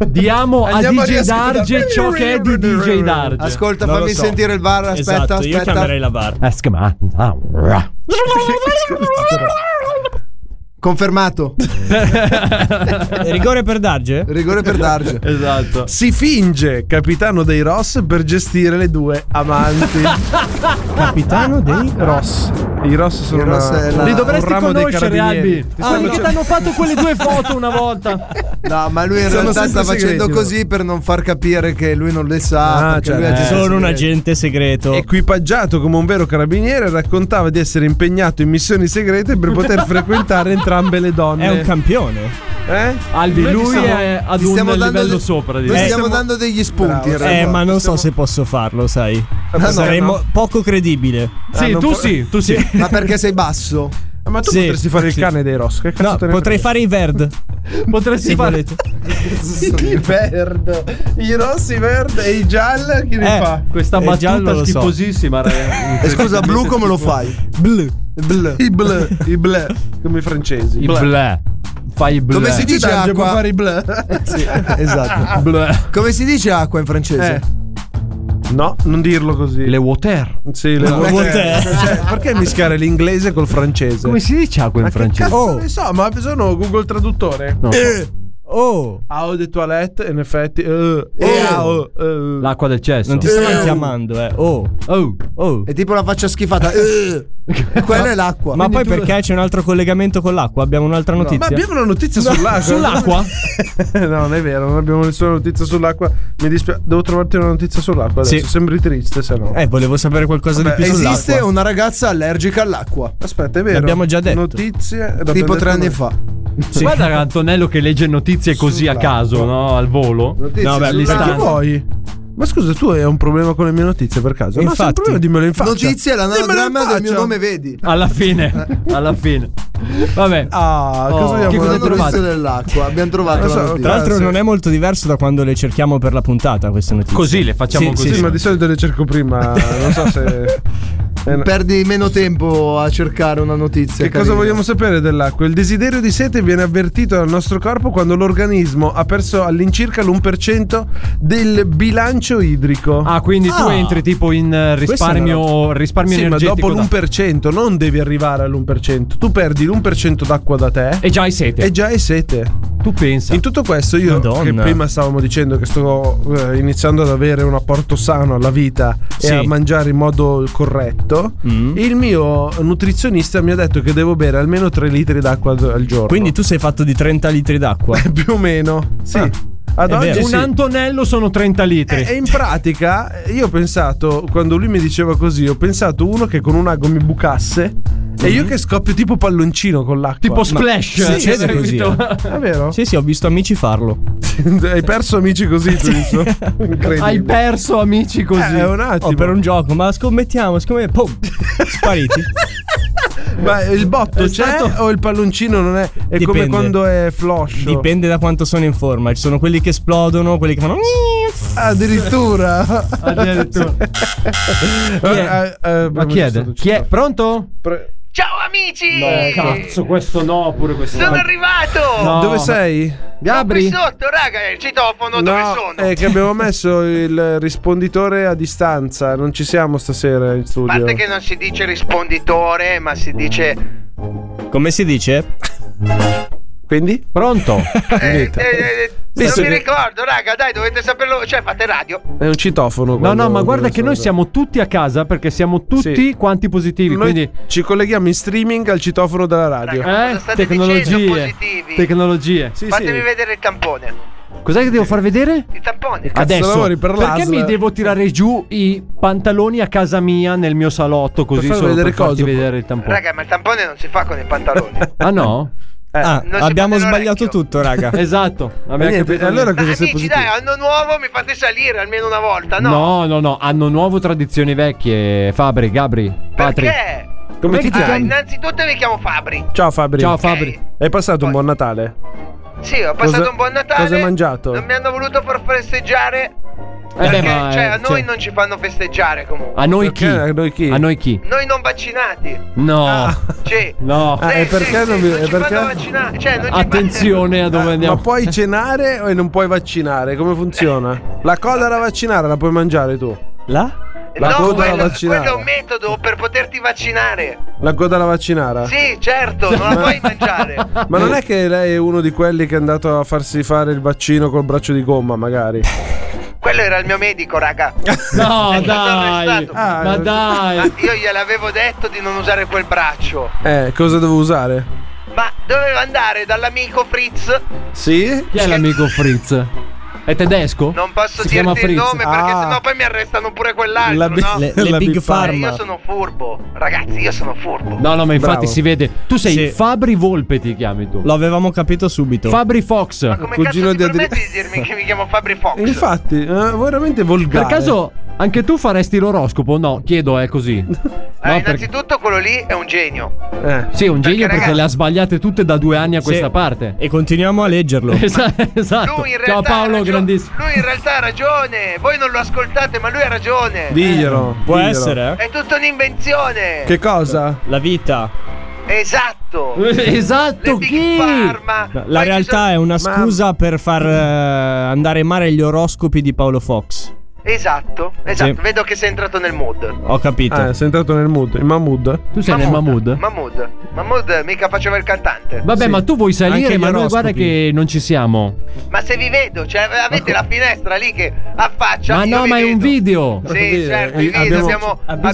Diamo a Andiamo a DJ riascoltare. Darge ciò che è di Esatto, DJ Darge. Eh, ascolta, Non lo fammi so. sentire il bar. Aspetta, esatto, io aspetta. chiamerei la VAR. Ascolta. Confermato. Eh, Rigore per Darge? Rigore per Darge. Esatto. Si finge capitano dei Ross per gestire le due amanti. Capitano Ah, dei... Ross. I Ross sono I Ross una- è la- un Li dovresti ramo dei conoscere, carabinieri. Albi. Ti Ah, stanno- perché ti hanno fatto quelle due foto una volta. No, ma lui in Sono realtà sempre sta facendo segreti, così per non far capire che lui non le sa. Ah, perché cioè, lui è eh, agente Sono un segreto. agente segreto. Equipaggiato come un vero carabiniere, raccontava di essere impegnato in missioni segrete per poter frequentare entrambe le donne. È un campione. Eh? Albi, Noi ti lui stiamo- è ad Ti un stiamo livello dando de- sopra di Noi Eh, stiamo stiamo- dando degli Bravo, spunti. in Eh, realtà. ma non so se posso farlo, sai. no, Saremmo no. poco credibile. Sì, Ah, non tu fa- sì, tu sì. Ma perché sei basso? Ah, Ma tu potresti fare il cane dei Ross. Che cazzo No, te ne potrei fare i verd. Potresti Se fare- volete. I verde, i rossi, i verde e i gialli. Chi li Eh, fa? questa Eh, giallo battuta lo so. schifosissima, raga. E Eh, scusa, blu come lo fai? Blu. Blu. I ble, i ble, come i francesi. I Ble. blè. Fai i blè. Come si dice Giorgio, può acqua? fare i ble? Sì, esatto. Blè. Come si dice acqua in francese? Eh. No, non dirlo così. Le water. Sì, le Come vuol- te. Cioè, perché mischiare l'inglese col Oh. francese? Come si dice acqua in francese? Cazzo ne so, ma sono Google traduttore. No. Oh, Au de toilette, in effetti. eh, Eh. eh, au, eh. L'acqua del cesso. non ti stanno chiamando, eh. Oh, Oh. oh. È tipo la faccia schifata. Eh. Quello è l'acqua. Ma poi tu- perché c'è un altro collegamento con l'acqua? Abbiamo un'altra Ma notizia. abbiamo una notizia sull'acqua. Sull'acqua? no, non è vero, non abbiamo nessuna notizia sull'acqua. Mi dispiace. Devo trovarti una notizia sull'acqua adesso. Sì. Sembri triste, se no. Eh, volevo sapere qualcosa Vabbè, di più sull'acqua. Esiste una ragazza allergica all'acqua. Aspetta, è vero. L'abbiamo già detto. Notizie. Tipo l'abbiamo tre detto anni noi. fa. Guarda Antonello che legge notizie così a caso, no? Al volo. Notizie no, sulla- beh, Ma Che all'istante. vuoi? Ma scusa, tu hai un problema con le mie notizie per caso? No, se hai un Infatti. problema dimmelo in faccia. Notizia è Dimmelo in l'anagramma del mio faccia. nome, vedi? Alla fine. Alla fine. Vabbè. Ah, Oh, cosa abbiamo che cosa detto? Notizia hai trovato? dell'acqua. Abbiamo trovato Lo so, la Tra Ah, notizia. l'altro sì. non è molto diverso da quando le cerchiamo per la puntata queste notizie. Così le facciamo Sì, così. Sì, ma di solito le cerco prima. Non so se. Eh, no. Perdi meno tempo a cercare una notizia. Che cosa carina. vogliamo sapere dell'acqua? Il desiderio di sete viene avvertito dal nostro corpo quando l'organismo ha perso all'incirca l'1% del bilancio idrico. Ah, quindi tu Ah. entri tipo in eh, Questa è una risparmio, risparmio sì, ma energetico. da- dopo l'1% non devi arrivare all'1%. Tu perdi l'1% d'acqua da te E già hai sete. e già hai sete. tu pensa. In tutto questo, io che Madonna. prima stavamo dicendo che sto eh, iniziando ad avere un apporto sano alla vita Sì. e a mangiare in modo corretto, Mm. il mio nutrizionista mi ha detto che devo bere almeno 3 litri d'acqua ad- al giorno. Quindi tu sei fatto di 30 litri d'acqua. più o meno. Sì. Ah, ad è oggi vero. sì. Eh, un Antonello sono 30 litri. E e in pratica io ho pensato, quando lui mi diceva così, ho pensato uno che con un ago mi bucasse e io che scoppio tipo palloncino con l'acqua. tipo splash. sì, succede Cioè, così, capito? È vero? Sì, sì, ho visto amici farlo. Hai perso amici così, tu insomma. Incredibile. Hai perso amici così. Eh, un attimo. Oh, per un gioco, ma scommettiamo, scommettiamo. Pum, spariti. Ma il botto È certo c'è stato- o il palloncino non è? È come Dipende. quando è flosh. Dipende da quanto sono in forma. Ci sono quelli che esplodono, quelli che fanno. Addirittura. certo Addirittura. Eh, eh, eh, Ma chi è? stato- Chi è? Pronto? Pre- Eh, Eh, Cazzo, questo no, pure questo no. arrivato! No. Dove sei? Gabri? sotto, raga, il citofono no, eh, È che abbiamo messo il risponditore a distanza. Non ci siamo stasera in A studio. parte che non si dice risponditore, ma si dice eh, Come si dice? Quindi? Pronto? eh, eh, eh, non Visto mi che- ricordo, raga, dai, dovete saperlo, cioè fate radio. È un citofono. No, quando- no, ma guarda che noi quando- siamo tutti a casa perché siamo tutti Sì. quanti positivi. Noi Quindi, ci colleghiamo in streaming al citofono della radio. Raga. cosa eh, state dicendo, tecnologie. positivi? Tecnologie. Sì, Fatemi sì. vedere il tampone. Cos'è che devo far vedere? Il tampone. Adesso, lavori per perché l'ASL? mi devo tirare giù i pantaloni a casa mia nel mio salotto così far solo vedere per farti cosa? vedere il tampone? Raga, ma il tampone non si fa con i pantaloni. Ah no? ah, non si abbiamo fa sbagliato nell'orecchio. tutto, raga. Esatto. Eh, Abbiamo niente, capito allora niente. cosa Dai, sei amici, positivo? dai, anno nuovo mi fate salire almeno una volta, no? No, no, no, hanno nuovo tradizioni vecchie. Fabri, Gabri, Patri. Eh, Perché? Come Perché ti ti Ah, chiami? innanzitutto mi chiamo Fabri. Ciao Fabri. Ciao Fabri. Hai passato Poi- un buon Natale? Sì, ho passato Cosa- un buon Natale. cosa hai mangiato? Non mi hanno voluto far festeggiare. Eh Perché, beh, ma, cioè, a eh, noi sì. non ci fanno festeggiare comunque. A noi Perché chi? a noi chi? A noi chi? Noi non vaccinati. No. Sì. No. Ah, e perché non Ah, vi- non e ci perché- fanno vaccinare. Cioè, non ci fanno- Attenzione a dove Eh, andiamo. Ma puoi cenare o non puoi vaccinare? Come funziona? La coda da vaccinare la puoi mangiare tu. Là? La no, coda da quello, vaccinare. quello è un metodo per poterti vaccinare. La coda da vaccinare? Sì, certo, non la puoi mangiare. Ma non è che lei è uno di quelli che è andato a farsi fare il vaccino col braccio di gomma, magari? Quello era il mio medico, raga. No, Eh, È stato dai. arrestato. ma Ah, Ma eh, dai. io gliel'avevo detto di non usare quel braccio. Eh, cosa devo usare? Ma doveva andare dall'amico Fritz. Sì? Chi è l'amico Fritz? È tedesco? Non posso si chiama dirti il Fritz. nome perché Ah. sennò poi mi arrestano pure quell'altro, La bi- no? Le, La le Big Big Eh, Pharma. io sono furbo, ragazzi, io sono furbo. No, no, ma infatti Bravo. si vede. Tu sei Sì. Fabri Volpe, ti chiami tu. Lo avevamo capito subito. Fabri Fox. Ma come cugino cazzo ti di Adri- permetti di dirmi che mi chiamo Fabri Fox? Infatti, eh, veramente volgare. per caso Anche tu faresti l'oroscopo? No, chiedo, è così. Eh, No, perché- innanzitutto quello lì è un genio. Sì, un genio perché ragazzi- le ha sbagliate tutte da due anni a Sì. questa parte. E continuiamo a leggerlo. esatto. Lui in Ciao realtà Paolo, grandissimo. Lui in realtà ha ragione. Voi non lo ascoltate, ma lui ha ragione. Diglielo. Eh, Può diglielo. essere? È tutta un'invenzione. Che cosa? La vita. Esatto. Esatto, Le Big Pharma. No, La realtà è una scusa per far eh, andare in mare gli oroscopi di Paolo Fox. Esatto, esatto. Sì. Vedo che sei entrato nel mood. Ho capito. Ah, sei entrato nel mood. In Mahmood? Eh, Ah, Tu sei nel Mahmood? Mahmood. Mahmood mica faceva il cantante. Vabbè, ma tu vuoi Anche salire, gli ma noi oroscopi. guarda che non ci siamo. Ma se vi vedo, cioè avete la finestra lì che affaccia. ma io no, vi ma è un vedo. video. Sì, certo, Eh, vi vedo, abbiamo, abbiamo,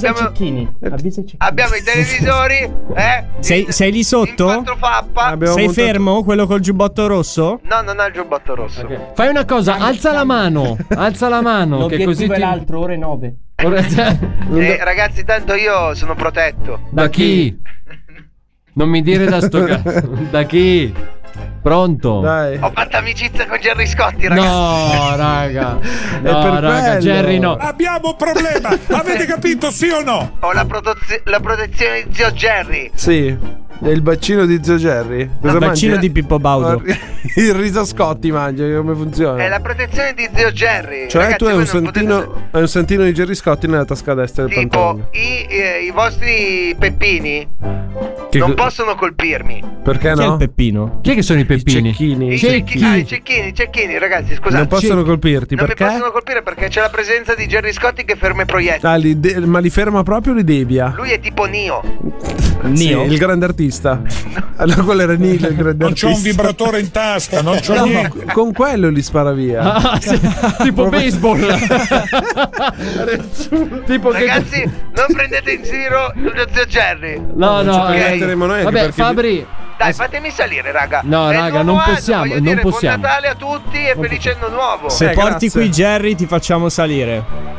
abbiamo i televisori, eh? Sei, sei lì sotto? Eh, Fappa. Sei fermo? Quello col giubbotto rosso? No, non ha il giubbotto rosso. Fai una cosa, alza la mano. Alza la mano. che così ti... cioè, ore 9. Eh, ragazzi, tanto io sono protetto. Da chi? Non mi dire da sto cazzo. Da chi? Pronto? Dai. Ah. Ho fatto amicizia con Gerry Scotti, ragazzi. No, raga. No, per raga, quello. Jerry no. Abbiamo un problema! Avete capito sì o no? Ho la, protozi- la protezione di zio Jerry. Sì. È il bacino di Zio Jerry. Il Ah, vaccino di Pippo Baudo. Il riso Scotti mangia, come funziona? È Eh, la protezione di zio Jerry. Cioè, Ragazzi, tu hai voi un, non potete- santino, hai un santino di Jerry Scotti nella tasca destra del Tipo, pantalone. i, eh, i vostri peppini Che non co- possono colpirmi. Perché Chi è il no? Peppino? Chi è che sono i peppini? I Cecchini. cecchini, ah, i cecchini, i cecchini, ragazzi, scusate. Non possono colpirti Non mi perché? possono colpire perché c'è la presenza di Jerry Scotti che ferma i proiettili. Ah, li de- ma li ferma proprio o li devia? Lui è tipo Nio. Sì, Neo? il grande artista. Allora, quello era Nilo, il grande Non artista. c'ho un vibratore in tasca, non c'ho No, niente. ma con quello li spara via. Ah, sì, tipo baseball. tipo che- Ragazzi, non prendete in giro lo zio Jerry. No, no, ci eh. permetteremo noi anche Vabbè, perché- Fabri, Dai, fatemi salire, raga. No, È il raga, nuovo non anno, possiamo, voglio non dire, possiamo. Buon Natale a tutti e felice anno nuovo. Se Eh, porti grazie. qui Jerry ti facciamo salire.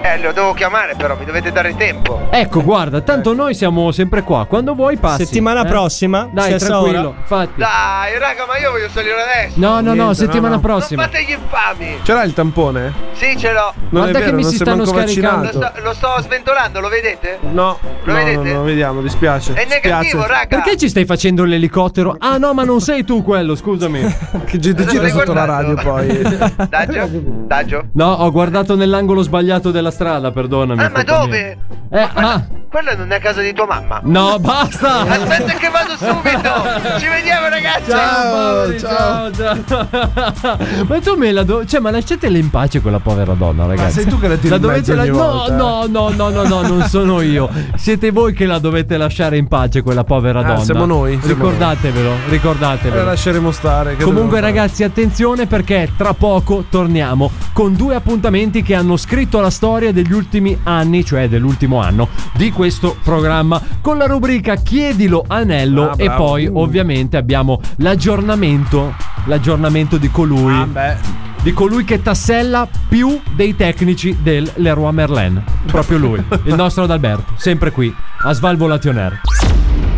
Eh, lo devo chiamare però, mi dovete dare tempo. ecco, guarda, tanto noi siamo sempre qua. Quando vuoi passi. Settimana eh? prossima, Dai, stessa tranquillo. ora. Infatti. Dai, raga, ma io voglio salire adesso. No, no, no, Niente, settimana no, no. prossima. Non fate gli infami. Ce l'ha il tampone? Sì, ce l'ho. Non Guarda è che vero, mi non si sei stanno manco scaricando. Lo vaccinato. sto, lo sto sventolando, lo vedete? No, Lo no, no, vedete? no, vediamo, dispiace. È negativo, Spiace. raga. Perché ci stai facendo l'elicottero? Ah no, ma non sei tu quello, scusami. Che gente Cosa gira stai sotto la radio guardando? poi. Daggio? Daggio? No, ho guardato nell'angolo sbagliato della strada, perdonami. Ah, ma colpa dove? mia. Eh, ah. Quella non è casa di tua mamma. No, basta. Aspetta che vado subito. Ci vediamo ragazzi. Paoli, ciao, ciao. ma tu me la do... Cioè, ma lasciatela in pace quella povera donna, ragazzi. sei tu che la tiri in mezzo ogni No, volta. eh. no, no, no, no, no, non sono io. Siete voi che la dovete lasciare in pace quella povera Ah, donna. siamo noi, Eh, siamo Ricordatevelo, ricordatevelo. La lasceremo stare. che Comunque dobbiamo fare? ragazzi attenzione perché tra poco torniamo con due appuntamenti che hanno scritto la storia degli ultimi anni, cioè dell'ultimo anno di questo programma con la rubrica Chiedilo Anello Ah, e bravo. poi Uh. ovviamente abbiamo l'aggiornamento, l'aggiornamento di colui, Ah, beh. di colui che tassella più dei tecnici del Leroy Merlin, proprio lui, il nostro Adalberto, sempre qui a Svalvolation Air.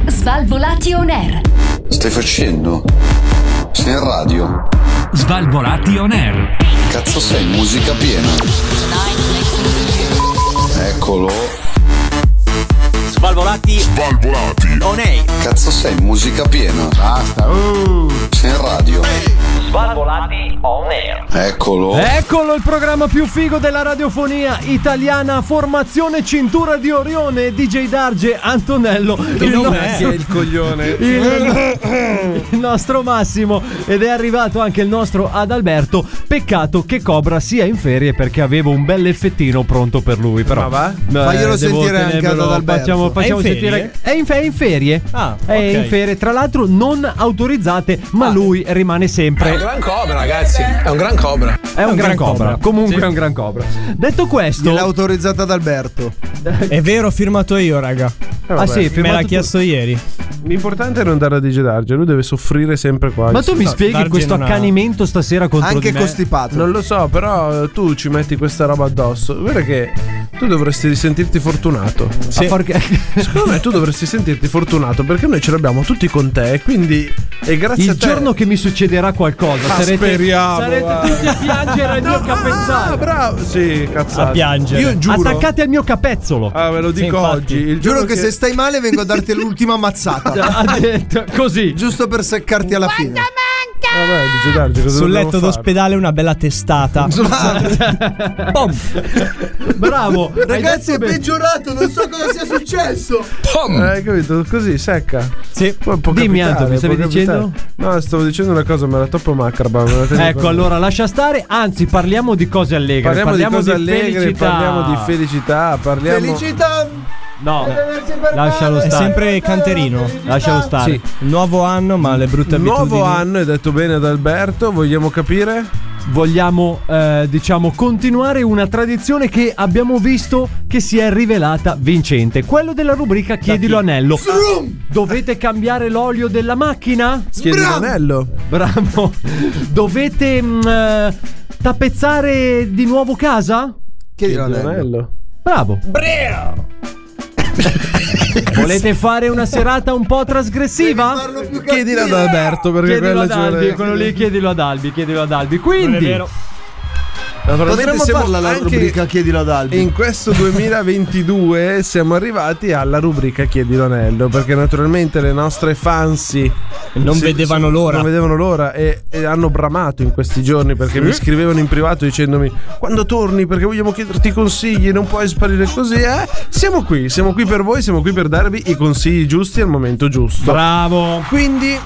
Svalvolati on air. Stai facendo? Sei in radio. Svalvolati on air. Cazzo sei, musica piena. Eccolo. Svalvolati. Svalvolati. On air. Cazzo sei, musica piena. Basta. Sei in radio. Svalvolati. On air. Eccolo. Eccolo il programma più figo della radiofonia italiana, formazione cintura di Orione, DJ Darge Antonello. Il, Non nostro- è che è il coglione. il- il nostro Massimo ed è arrivato anche il nostro Adalberto. Peccato che Cobra sia in ferie perché avevo un bel effettino pronto per lui. Però Ma va? Faglielo Eh, devo sentire anche ad tenermelo. Adalberto. Facciamo, facciamo È in sentire. ferie? È in, fe- è in ferie. Ah, è ok. in ferie. Tra l'altro, non autorizzate, ma lui rimane sempre gran cobra, ragazzi. È un gran cobra. è un, gran, cobra. Comunque è un gran cobra. Detto questo, Gliel'ha autorizzata ad Alberto. È vero, ho firmato io, raga. ah sì, Me firmato l'ha tu- chiesto ieri. L'importante è non dare a DJ Darge, lui deve soffrire sempre qua. Ma tu mi spieghi questo accanimento stasera contro di me? Non lo so, però eh, tu ci metti questa roba addosso. Guarda che tu dovresti risentirti fortunato. Sì. Secondo me tu dovresti sentirti fortunato perché noi ce l'abbiamo tutti con te, quindi e grazie Il a Cioè, te. giorno che mi succederà qualcosa, Ah, sarete, speriamo, eh. sarete guarda. tutti a piangere al mio capezzale. Ah, bravo. Sì, cazzate. A piangere. Io giuro. Attaccate al mio capezzolo. Ah, ve lo dico oggi. Il giorno Ah, Giuro che, se stai male vengo a darti l'ultima mazzata. Ha detto così. Giusto per seccarti alla fine. Vabbè, DJ Darge, cosa Sul dobbiamo letto fare? d'ospedale una bella testata. Pom. Bravo. Ragazzi, è peggiorato, non so cosa sia successo. Eh, Hai capito? Così, secca. Sì. Poi può Dimmi, capitare, Anto, mi stavi può capitare. dicendo? No, stavo dicendo una cosa, ma era troppo macabra. me la tenevo Ecco, per- allora lascia stare, anzi parliamo di cose allegre. Parliamo, di cose allegre, felicità. parliamo di felicità, parliamo Felicità. No, È sempre canterino. Lascialo stare. Sì. Nuovo anno, ma le brutte Nuovo abitudini. anno, è detto bene ad Alberto, vogliamo capire? Vogliamo, eh, diciamo, continuare una tradizione che abbiamo visto che si è rivelata vincente. Quello della rubrica Chiedilo Anello. Dovete cambiare l'olio della macchina? Chiedi l'anello. Bravo. Dovete mm, eh, tappezzare di nuovo casa? Chiedi L'anello. Bravo. Volete fare una serata un po' trasgressiva? Chiedilo ad Alberto perché Chiedilo quella ad ce l'è. eh. Albi, quello lì chiedilo ad Albi, chiedilo ad Albi. Quindi, Ma veramente Potremmo siamo farla la anche- rubrica Chiedilo ad Albi. In questo 2022 siamo arrivati alla rubrica Chiedi l'anello perché naturalmente le nostre fansi Non vedevano l'ora. non vedevano l'ora e, e hanno bramato in questi giorni perché mi scrivevano in privato dicendomi quando torni perché vogliamo chiederti consigli, non puoi sparire così, eh? Siamo qui, siamo qui per voi, siamo qui per darvi i consigli giusti al momento giusto. bravo. Quindi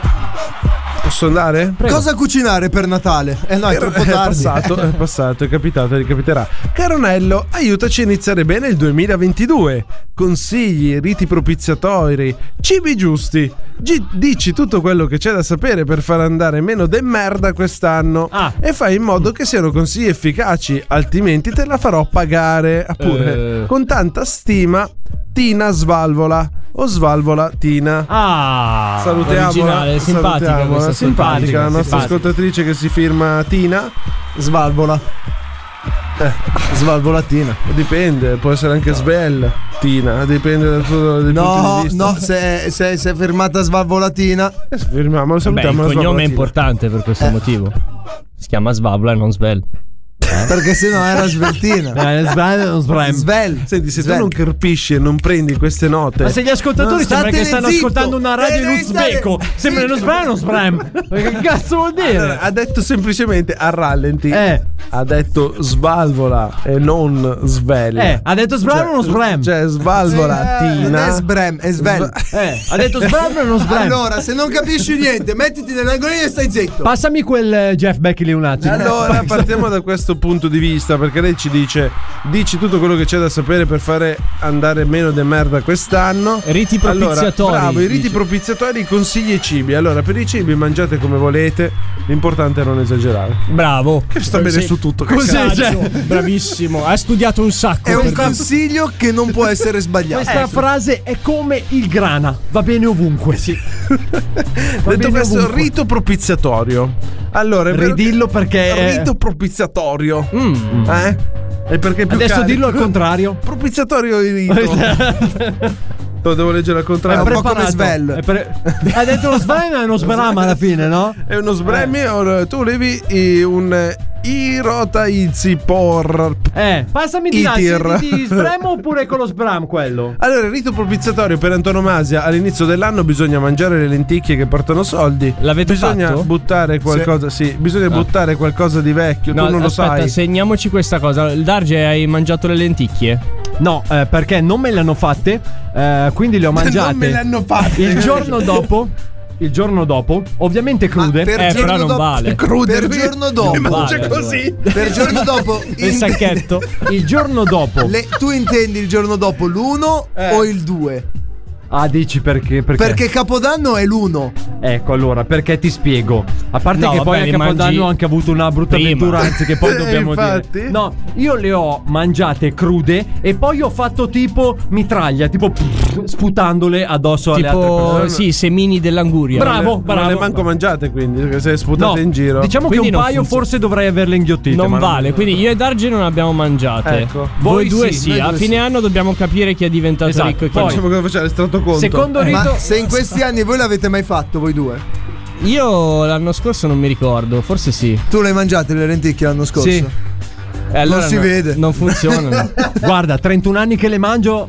posso andare? Cosa cucinare per Natale? Eh no, è Però troppo È tardi. passato, è passato, è capitato, ricapiterà. Caronello, aiutaci a iniziare bene il 2022. Consigli, riti propiziatori, cibi giusti. Gi- dici tutto quello che c'è da sapere per far andare meno de merda quest'anno. Ah. E fai in modo che siano consigli efficaci, altrimenti te la farò pagare. Ah, pure, Eh. con tanta stima, Tina Svalvola o Svalvola Tina. Ah, Salutiamo Originale, simpatica eh, questa simpatica la simpatica, nostra simpatica. ascoltatrice che si firma Tina. Eh, Svalvola. Svalvolatina. Dipende, può essere anche Svel Tina, dipende dal tuo dal punto di No, vista. no, se, se, se è fermata Svalvolatina. Eh, Firmiamo, Beh, il salutiamo cognome la è Svalvolatina. importante per Eh. questo motivo. Si chiama Svabla e non Svel. Perché se no era sveltina. Eh, sbaglio, non sbaglio. Svel. Senti, se Svel. tu non carpisci e non prendi queste note, Ma se gli ascoltatori No, sembra che statene stanno zitto. ascoltando una radio Eh, in devi uzbeko, stare- sembra non zitto. sbram, non sbram. Ma che cazzo vuol Allora, dire? ha detto semplicemente a rallenti, Eh. ha detto svalvola e non Svel. Eh, ha detto sbram o non sbram? Cioè, svalvola eh, Non Tina. è sbrem, è svel. Eh, ha detto sbram o non sbram? Allora, se non capisci niente, mettiti nell'angolino e stai zitto. Passami quel eh, Jeff Becky lì un attimo. Allora, partiamo da questo punto di vista, perché lei ci dice: dici tutto quello che c'è da sapere per fare andare meno de merda quest'anno. Riti propiziatori, Allora, bravo, i riti dice. propiziatori, consigli e cibi. Allora, per i cibi mangiate come volete, l'importante è non esagerare. Bravo. Che sta bene Sì. su tutto. che Così, cazzo. cioè, Bravissimo. Ha studiato un sacco. È un per questo. consiglio che non può essere sbagliato. questa frase è come il grana, va bene ovunque. Sì. Detto questo, rito propiziatorio. Allora, è vero che- Ridillo perché Mm. Rito propiziatorio. Eh? E perché è più adesso carico. dillo al contrario. Esatto. Propiziatorio il rito. Lo devo leggere al È contrario. un po' preparato. come Svel. È pre- Ha detto lo sbram e non sbram alla fine, no? È uno sbremmi, allora, tu levi eh, un eh, irota por. Eh, passami di là, Itir. sì, di, di sbram oppure con lo sbram quello? Allora, il rito propiziatorio per antonomasia all'inizio dell'anno bisogno mangiare le lenticchie che portano soldi. L'avete bisogna fatto? buttare qualcosa, sì, Ah. bisogna buttare qualcosa di vecchio, No, tu non aspetta, lo sai. segniamoci questa cosa. Il Darge hai mangiato le lenticchie? No, eh, perché non me le hanno fatte, eh, quindi le ho mangiate. me le hanno fatte. Il giorno dopo, il giorno dopo, ovviamente crude. per eh, giorno però non dopo- vale. Per giorno dopo. Non vale, allora. Per giorno dopo. Il in- sacchetto. Il giorno dopo. le- tu intendi il giorno dopo l'1 o il 2? Ah, dici perché? Perché, Perché Capodanno è l'uno. Ecco, allora, perché ti spiego. A parte No, che poi vabbè, a li Capodanno mangi ho anche avuto una brutta prima. avventura, anzi che poi Eh, dobbiamo dire. infatti. No, io le ho mangiate crude e poi ho fatto tipo mitraglia, tipo pff, sputandole addosso alle altre persone. Tipo, sì, semini dell'anguria. Bravo, bravo. Non le manco mangiate quindi, perché se sputate No, in giro. Diciamo Quindi che un non paio funziona. forse dovrei averle inghiottite. Non ma vale, quindi io e Darge non abbiamo mangiate. Ecco. Voi, Voi due sì, sì, noi a due fine sì. anno dobbiamo capire chi è diventato Esatto, ricco e chi poi- no. Diciamo cosa facciamo, l'estratto conto. Secondo Eh, rito- ma- Ma se in questi anni voi l'avete mai fatto, voi due? Io l'anno scorso non mi ricordo, forse sì. Tu le hai mangiate le lenticchie l'anno scorso? Sì. Eh, allora non si no, vede. Non funzionano. Guarda, 31 anni che le mangio.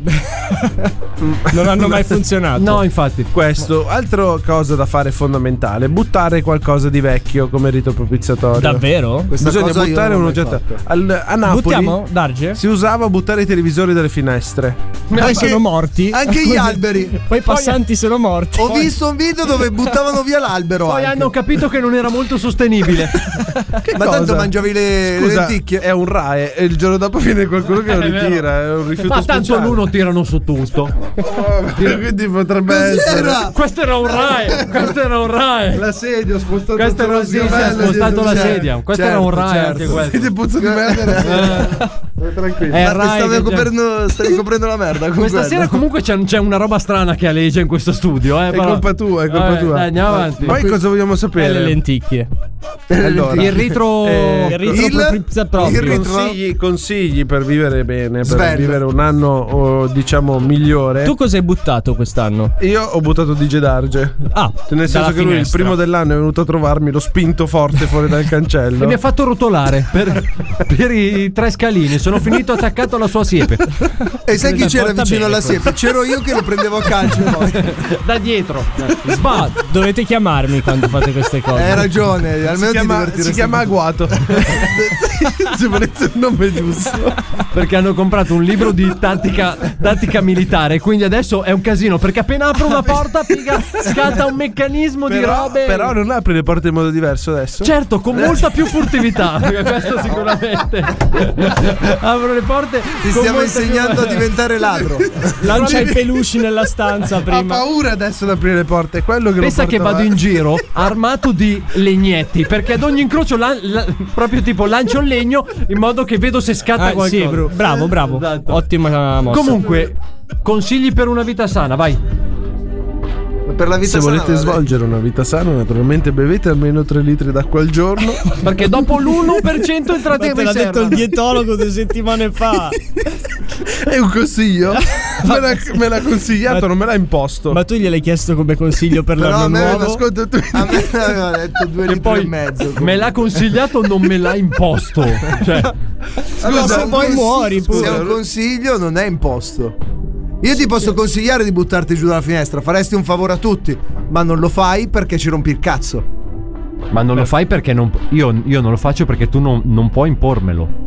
non hanno mai funzionato. No, infatti. Questo, altra cosa da fare fondamentale, buttare qualcosa di vecchio come rito propiziatorio. Davvero? Questa Bisogna cosa io buttare non un l'ho oggetto. mai fatta. Al- a Napoli Buttiamo, Darge? si usava buttare i televisori dalle finestre. Poi sono morti. Ah, Anche gli alberi. Poi i passanti sono morti. Ho visto un video dove buttavano via l'albero. Poi anche. hanno capito che non era molto sostenibile. Ma tanto mangiavi le, le Scusa, lenticchie. È un RAE e il giorno dopo viene qualcuno che lo È vero. ritira. È un rifiuto Ma tanto speciale. l'uno tirano su tutto. Quindi potrebbe essere. Cos'era? Questo era un RAE. Questo era un RAE. La sedia ho spostato Questo era un il sì, si è sgabello spostato dietro- la Certo, sedia. Questo era un certo, RAE certo. anche questo. Eh, Quindi puzza di merda. era- Tranquillo. È Ma ti Rai stavi che- coprendo, stavi coprendo la merda. Con Questa quello. sera comunque c'è, c'è una roba strana che aleggia in questo studio. Eh, È però- colpa tua, è colpa Vabbè, tua. dai, andiamo avanti. Poi cosa vogliamo sapere? E le lenticchie. Allora, il ritro. eh, Il ritro Il- propizia- proprio. il ritro- Consigli, consigli per vivere bene, per Svello. vivere un anno oh, diciamo migliore. Tu cosa hai buttato quest'anno? Io ho buttato DJ Darge. Ah, Nel senso dalla che lui il finestra. primo dell'anno è venuto a trovarmi, l'ho spinto forte fuori dal E cancello. mi ha fatto rotolare per, per i tre scalini. Sono finito attaccato alla sua siepe. E sai chi Dai, c'era porta vicino bene, alla poi. siepe? C'ero io che lo prendevo a calcio. poi. Da dietro. Ma dovete chiamarmi quando fate queste cose. Eh, Hai ragione, almeno si ti chiama, divertiresti si chiama un po'. Agguato. Se volete il nome giusto. Perché hanno comprato un libro di tattica, tattica militare. Quindi adesso è un casino. Perché appena apro una porta, figa, scatta un meccanismo di Però, robe. però non apri le porte in modo diverso adesso. Certo, con molta più furtività. perché Questo sicuramente. Apro le porte. Ti stiamo insegnando a diventare ladro. Lancia i peluci nella stanza ha prima. paura adesso ad aprire le porte, è quello che lo Pensa che porta vado avanti. in giro armato di legnetti. Perché ad ogni incrocio, lan- la- proprio tipo, lancio il legno in modo che vedo se scatta Ah, qualcosa. sì, bro- bravo, bravo. Esatto. Ottima mossa. Comunque, consigli per una vita sana, vai. Per la vita Se sana, volete vabbè. svolgere una vita sana, naturalmente bevete almeno 3 litri d'acqua al giorno. Perché dopo l'1% entrate Ma in te l'ha detto riserva. il dietologo due settimane fa. È un consiglio. me, l'ha, me l'ha consigliato, Ma- non me l'ha imposto. Ma tu gliel'hai chiesto come consiglio per Però a l'anno me nuovo? Ascolta tu. A me aveva detto due litri poi e mezzo. Me l'ha consigliato, non me l'ha imposto. Cioè, Scusa, se poi muori Se pure. è un consiglio, non è imposto. Io ti posso consigliare di buttarti giù dalla finestra, faresti un favore a tutti, ma non lo fai perché ci rompi il cazzo. ma non lo fai perché non. Io, io non lo faccio perché tu non, non puoi impormelo.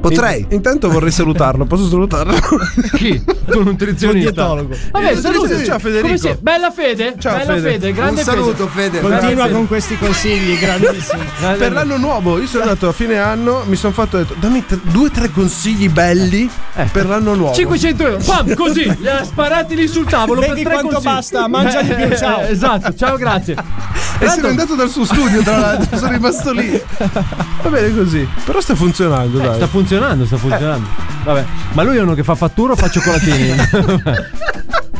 Potrei. Intanto vorrei salutarlo. Posso salutarlo? Chi? Tu nutrizionista. Vabbè, saluto. Ciao, Federico. Come sei? Bella Fede. Ciao, Bella Fede. Fede. grande un saluto, Fede. Fede. Continua Grazie. con questi consigli, grandissimi. per l'anno nuovo, io sono andato a fine anno, mi sono fatto detto, dammi tre- due o tre consigli belli per l'anno nuovo. 500 euro, pam, così, li ha sparati lì sul tavolo. Vedi per tre quanto consigli. basta, mangia di più, ciao. Eh, Esatto, ciao, grazie. E sono andato dal suo studio, tra l'altro, sono rimasto lì. Va bene così. Però Eh, sta funzionando, dai. Sta funzionando, sta funzionando. Vabbè, ma lui è uno che fa fattura o fa cioccolatini?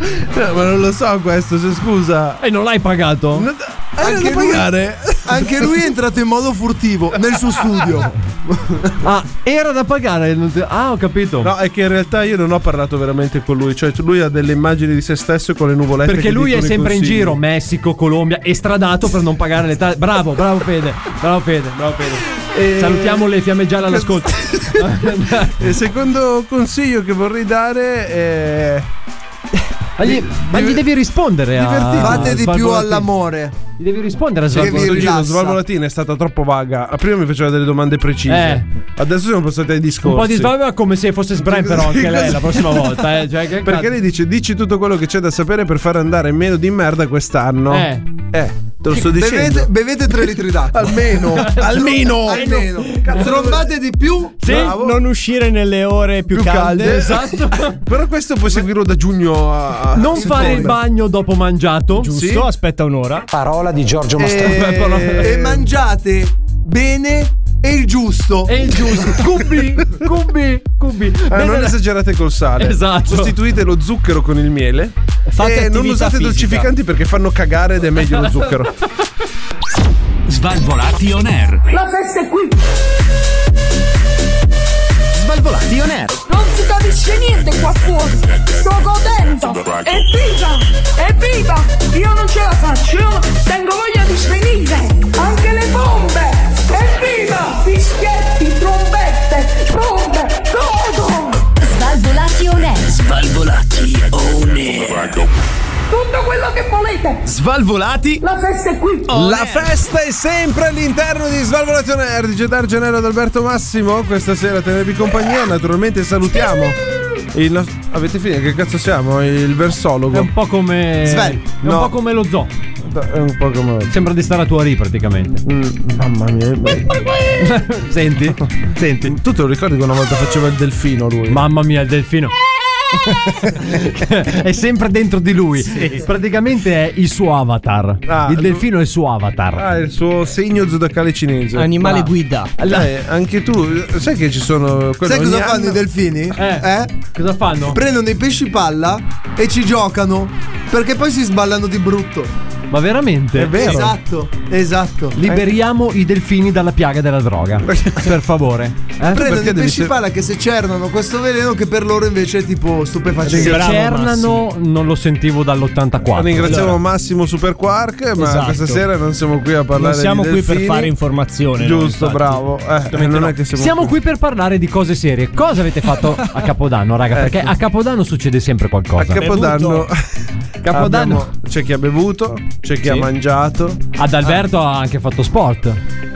Eh, ma non lo so questo, se scusa. e non l'hai pagato? Non- eh, non da pagare. Anche lui è entrato in modo furtivo nel suo studio. Ah, era da pagare. non ti- Ah, ho capito. No, è che in realtà io non ho parlato veramente con lui. Cioè, lui ha delle immagini di se stesso con le nuvolette. Perché che lui è dicono i sempre in consigli. giro, Messico, Colombia, estradato per non pagare le tasse. Bravo, bravo Fede, bravo Fede, bravo Fede. Salutiamo le fiamme gialle all'ascolto. Il secondo consiglio che vorrei dare è. ma, gli, ma gli devi rispondere. A... Fate di più Svalvolatini. all'amore. Gli devi rispondere a Devi Svalvolatini. Giro, Rilassa. Svalvolatina è stata troppo vaga. Ah, Prima mi faceva delle domande precise. Eh. Adesso siamo passati ai discorsi. Un po' di Svalvola come se fosse Sbren, però anche lei la prossima volta. Eh. Cioè, che Perché cazzo. lei dice: Dici tutto quello che c'è da sapere per far andare meno di merda quest'anno. Eh. Eh, Te lo sto Bevete, dicendo. bevete 3 litri d'acqua. Almeno. Almeno. Almeno. Trombate di più. Sì, Bravo. non uscire nelle ore più, calde. Esatto. Però questo puoi seguirlo da giugno a. Non fare il bagno dopo mangiato. Giusto, Sì. aspetta un'ora. Parola di Giorgio Eh. E, e mangiate bene e il giusto. Eh. È il giusto. Cubi, cubi, cubi. Ah, Bene, non esagerate col sale. Esatto. Sostituite lo zucchero con il miele. Fate e non attività usate fisica. dolcificanti perché fanno cagare ed è meglio lo zucchero. Svalvolati on air. La festa è qui! Svalvolati on air. Non si capisce niente qua fuori! Sto godendo! Evviva! Evviva! Io non ce la faccio! Io tengo voglia di svenire! Anche le bombe! Evviva! Fischietti, trombette, bombe! Godo! Svalvolati on air. Svalvolati on air. Tutto quello che volete! Svalvolati. La festa è qui! La festa è sempre all'interno di Svalvolati on Air di Gedar Gennaro ad Alberto Massimo. Questa sera tenervi compagnia. Naturalmente salutiamo. il nos- Avete finito? Che cazzo siamo? Il versologo. È un po' come. Svel. È No. un po' come lo zoo. È un po' come. Sembra di stare a tuari praticamente. Mm, mamma mia. Senti? Senti. Tu te lo ricordi che una volta faceva il delfino lui? Mamma mia, il delfino. è sempre dentro di lui. Praticamente è il suo avatar. Ah, il lo- delfino è il suo avatar. Ah, il suo segno zodacale cinese. Animale Ah. guida. Dai, anche tu, sai che ci sono. quello Sai cosa ogni fanno anno- i delfini? Eh. eh? Cosa fanno? Prendono i pesci palla e ci giocano. Perché poi si sballano di brutto. Ma veramente? È vero. Esatto, esatto. Liberiamo i delfini dalla piaga della droga. per favore. Eh? Prendono perché i devi pesci ser- palla che secernano questo veleno che per loro invece è tipo stupefacente. Se bravo, cernano, non lo sentivo dall'84. Ringraziamo Massimo Super Quark, ma Esatto. questa sera non siamo qui a parlare Non siamo di qui per delfini. fare informazione. no, Giusto, infatti. bravo. Eh, non è che siamo, Siamo qui per parlare di cose serie. Cosa avete fatto a Capodanno, raga? Perché a Capodanno succede sempre Eh, A qualcosa. Capodanno. Capodanno. abbiamo- c'è chi ha bevuto, c'è chi ha Sì. mangiato. Ad Alberto ha anche fatto sport.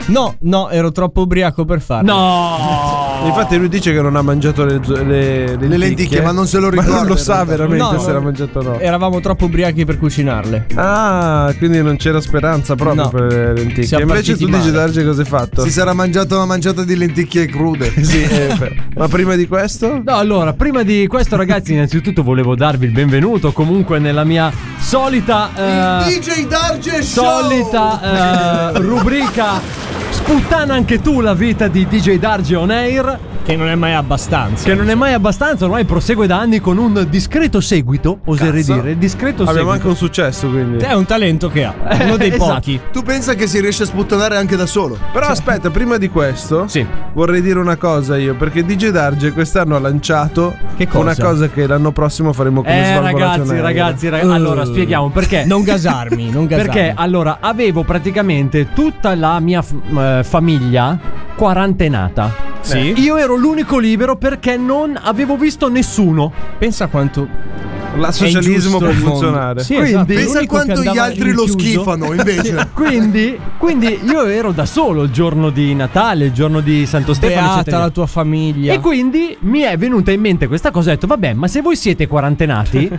No, no, ero troppo ubriaco per Ah. farlo. No! Infatti, lui dice che non ha mangiato le, zo- le, Le lenticchie, ma non se lo Ma ricorda. non lo in sa realtà. veramente No, Eh. se no. l'ha mangiato o no. Eravamo troppo ubriachi per cucinarle. Ah, quindi non c'era speranza proprio No. per le lenticchie. Siamo Invece tu partiti dici, male. Darge, cosa hai fatto? Si sarà mangiato una mangiata di lenticchie crude. Sì, eh, beh. ma prima di questo? No, allora, prima di questo, ragazzi, innanzitutto volevo darvi il benvenuto. Comunque, nella mia Ah. solita. eh, DJ Darge Show! solita eh, rubrica Sputtana anche tu la vita di DJ Darge on air. Che non è mai abbastanza. Che non è mai abbastanza, ormai prosegue da anni con un discreto seguito, oserei Cazzo. dire. Discreto Abbiamo anche seguito. un successo, quindi. È un talento che ha. Uno dei Esatto. pochi. Tu pensa che si riesce a sputtanare anche da solo? cioè. Però aspetta, prima di questo, Sì. vorrei dire una cosa io, perché DJ Darge quest'anno ha lanciato Che cosa? una cosa che l'anno prossimo faremo come Eh, Svalvolation ragazzi, Air. ragazzi, ragazzi. Eh, Allora, spieghiamo perché. Uh. Mm. Non gasarmi, non gasarmi. Perché allora avevo praticamente tutta la mia f- m, eh, famiglia quarantenata. Sì. Io ero l'unico libero perché non avevo visto nessuno. Pensa quanto. La socialismo può funzionare. Sì, Quindi- esatto. Pensa L'unico che quanto gli andava altri lo rinchiuso- schifano invece. Quindi, quindi io ero da solo il giorno di Natale, il giorno di Santo Stefano. Beata eccetera. la tua famiglia. E quindi mi è venuta in mente questa cosa. Ho detto, vabbè, ma se voi siete quarantenati,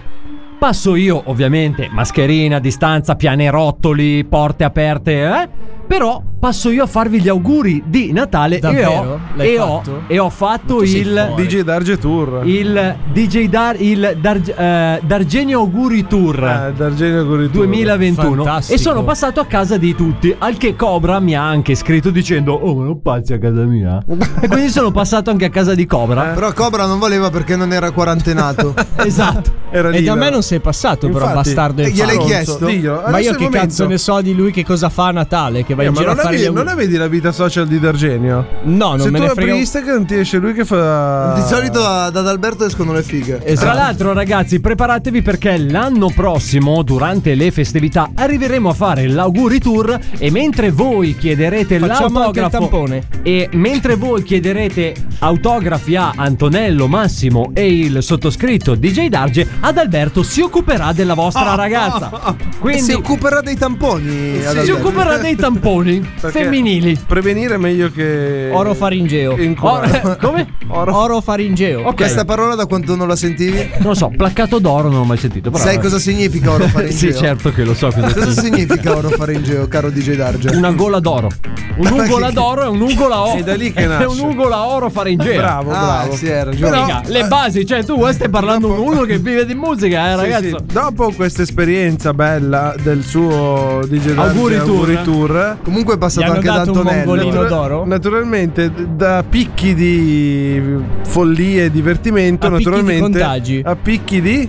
passo io, ovviamente, mascherina, distanza, pianerottoli, porte aperte, eh? Però passo io a farvi gli auguri di Natale e Davvero? ho, L'hai e ho- fatto? e ho fatto Tu sei il. fuori. DJ Darge Tour. Il DJ Dar, il Dar- eh, Dargenio Auguri Tour. Eh, Dargenio auguri Tour. 2021 Fantastico. e sono passato a casa di tutti al che Cobra mi ha anche scritto dicendo oh ma non pazzi a casa mia e quindi sono passato anche a casa di Cobra Però Cobra non voleva perché non era quarantenato. esatto Era E da libero. me non sei passato, però, Infatti, bastardo. e gliel'hai infame. chiesto? Diglielo, Ma adesso è io il che momento. cazzo ne so di lui che cosa fa a Natale? Che va Eh, in ma giro a non fare gli avevi, auguri. non avevi la vita social di Dargenio? No, non Se me tu ne apri frega. Instagram ti esce lui che fa... Di solito a- ad Alberto escono le fighe. Esatto. Tra l'altro ragazzi preparatevi perché l'anno prossimo durante le festività arriveremo a fare l'auguri tour e mentre voi chiederete Facciamo anche il l'autografo tampone. e mentre voi chiederete autografi a Antonello Massimo e il sottoscritto DJ Darge ad Alberto si Ah, occuperà della vostra ragazza. Quindi si occuperà dei tamponi. ad si Alberto. occuperà dei tamponi femminili. Prevenire è meglio che. Orofaringeo. Or- eh, come? Oro... Orofaringeo. Ok. Questa parola da quanto non la sentivi? Non lo so, placcato d'oro non l'ho mai sentito. Però Sai cosa significa orofaringeo? sì, certo che lo so cosa, Cosa significa orofaringeo, caro DJ Darge? Una gola d'oro. Un'ungola d'oro è un'ungola oro. È da lì che nasce. È un'ungola oro faringea. Bravo, Ah, bravo. sì, hai ragione. Raga, le basi, cioè tu stai parlando con uno che vive di musica, eh, Sì, ragazzo. sì. Dopo questa esperienza bella del suo DJ Darge Auguri tour. auguri tour Comunque è passato Gli hanno anche da dato un Antonello. mongolino. Natura- d'oro? Naturalmente, d- da picchi di follia e divertimento, A picchi di naturalmente contagi. a picchi di,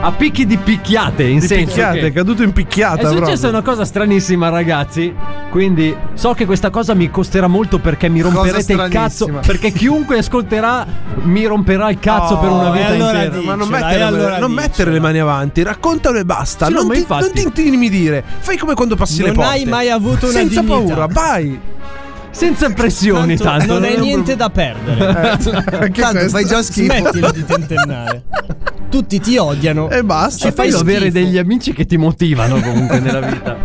A picchi di picchiate, in di senso picchiate, che- è caduto in È picchiata. successa proprio. una cosa stranissima, ragazzi. Quindi so che questa cosa mi costerà molto perché mi Cosa romperete il cazzo. stranissima. Perché chiunque ascolterà mi romperà il cazzo per una Oh, vita e allora intera. dicela, Ma non, dicela, mettere, e allora non dicela. mettere le mani avanti, raccontalo e basta. Sì, no, non, ma ti, infatti. non ti intimidire. Fai come quando passi le Non porte. hai mai avuto una Senza dignità. paura, vai. Senza pressioni, tanto. non è hai un niente da perdere. Tanto fai già schifo. Smettila di tentennare. Tutti ti odiano. eh, E basta. Ci Ci fai fai avere schifo. degli amici che ti motivano comunque nella vita.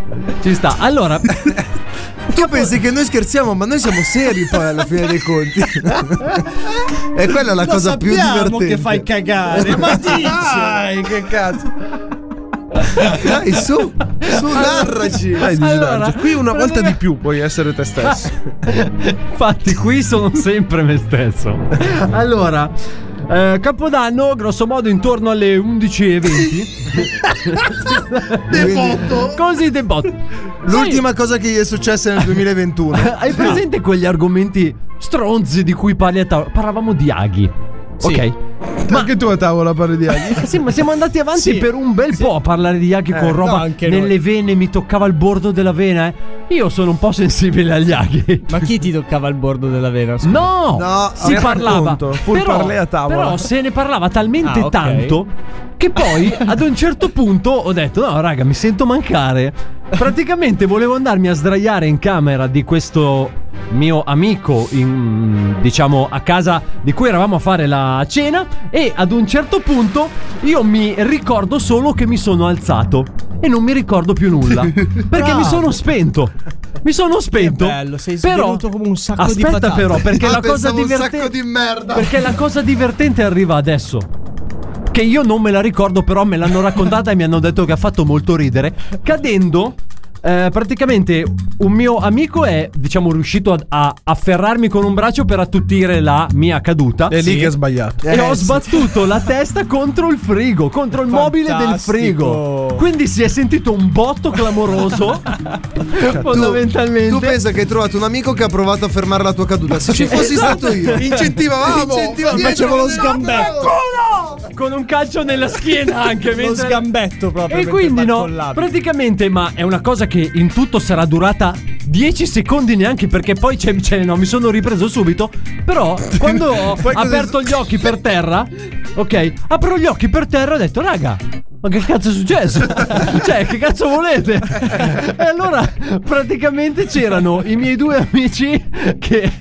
Ci sta. Allora, Tu pensi che noi scherziamo, ma noi siamo seri poi alla fine dei conti. e quella è la Lo cosa più sappiamo divertente. che fai cagare. Ma dici. Dai, che cazzo. Dai, su, su, narraci. Dai, Digi Allora, Darge, qui una volta praticamente- di più puoi essere te stesso. Infatti, qui sono sempre me stesso. Allora, eh, Capodanno, grosso modo, intorno alle 11.20. Quindi, Così de botto. l'ultima cosa che gli è successa nel 2021. Hai presente quegli argomenti stronzi di cui parli a tavola? Parlavamo di aghi. Ok. Ma anche tu a tavola parli di aghi. Eh sì, ma siamo andati avanti Sì. Eh, per un bel po' a parlare di aghi con roba no, anche nelle noi. vene, mi toccava il bordo della vena, eh. Io sono un po' sensibile agli aghi. Ma chi ti toccava il bordo della vena? scusa? No, No, si era parlava. racconto, full parlé a tavola. però se ne parlava talmente Ah, ok. tanto che poi ad un certo punto ho detto: No, raga, mi sento mancare. Praticamente volevo andarmi a sdraiare in camera di questo mio amico, in- diciamo a casa di cui eravamo a fare la cena. E ad un certo punto io mi ricordo solo che mi sono alzato e non mi ricordo più nulla perché mi sono spento. Mi sono spento. bello, sei però, svenuto come un sacco di aspetta patate. però, perché Ah, la cosa pensavo un divertente sacco di merda. Perché la cosa divertente arriva adesso. Che io non me la ricordo, però me l'hanno raccontata e mi hanno detto che ha fatto molto ridere. Cadendo, eh, praticamente un mio amico è, diciamo, riuscito a, a afferrarmi con un braccio per attutire la mia caduta. È lì che ha sbagliato. E ho sbattuto la testa contro il frigo, contro il mobile del Fantastico. frigo. Quindi si è sentito un botto clamoroso. fondamentalmente. Tu pensa che hai trovato un amico che ha provato a fermare la tua caduta. Se ci fossi Esatto. stato io, incentivavamo. Incentivavamo. Facevo lo sgambetto. con un calcio nella schiena anche Lo mentre- sgambetto proprio. E mentre quindi no, barcollavi. praticamente, ma è una cosa che in tutto sarà durata 10 secondi neanche perché poi c'è, c'è- no, mi sono ripreso subito, però quando ho Poi cosa- aperto gli occhi per terra, ok, apro gli occhi per terra e ho detto raga, ma che cazzo è successo? cioè, che cazzo volete? e allora praticamente c'erano i miei due amici che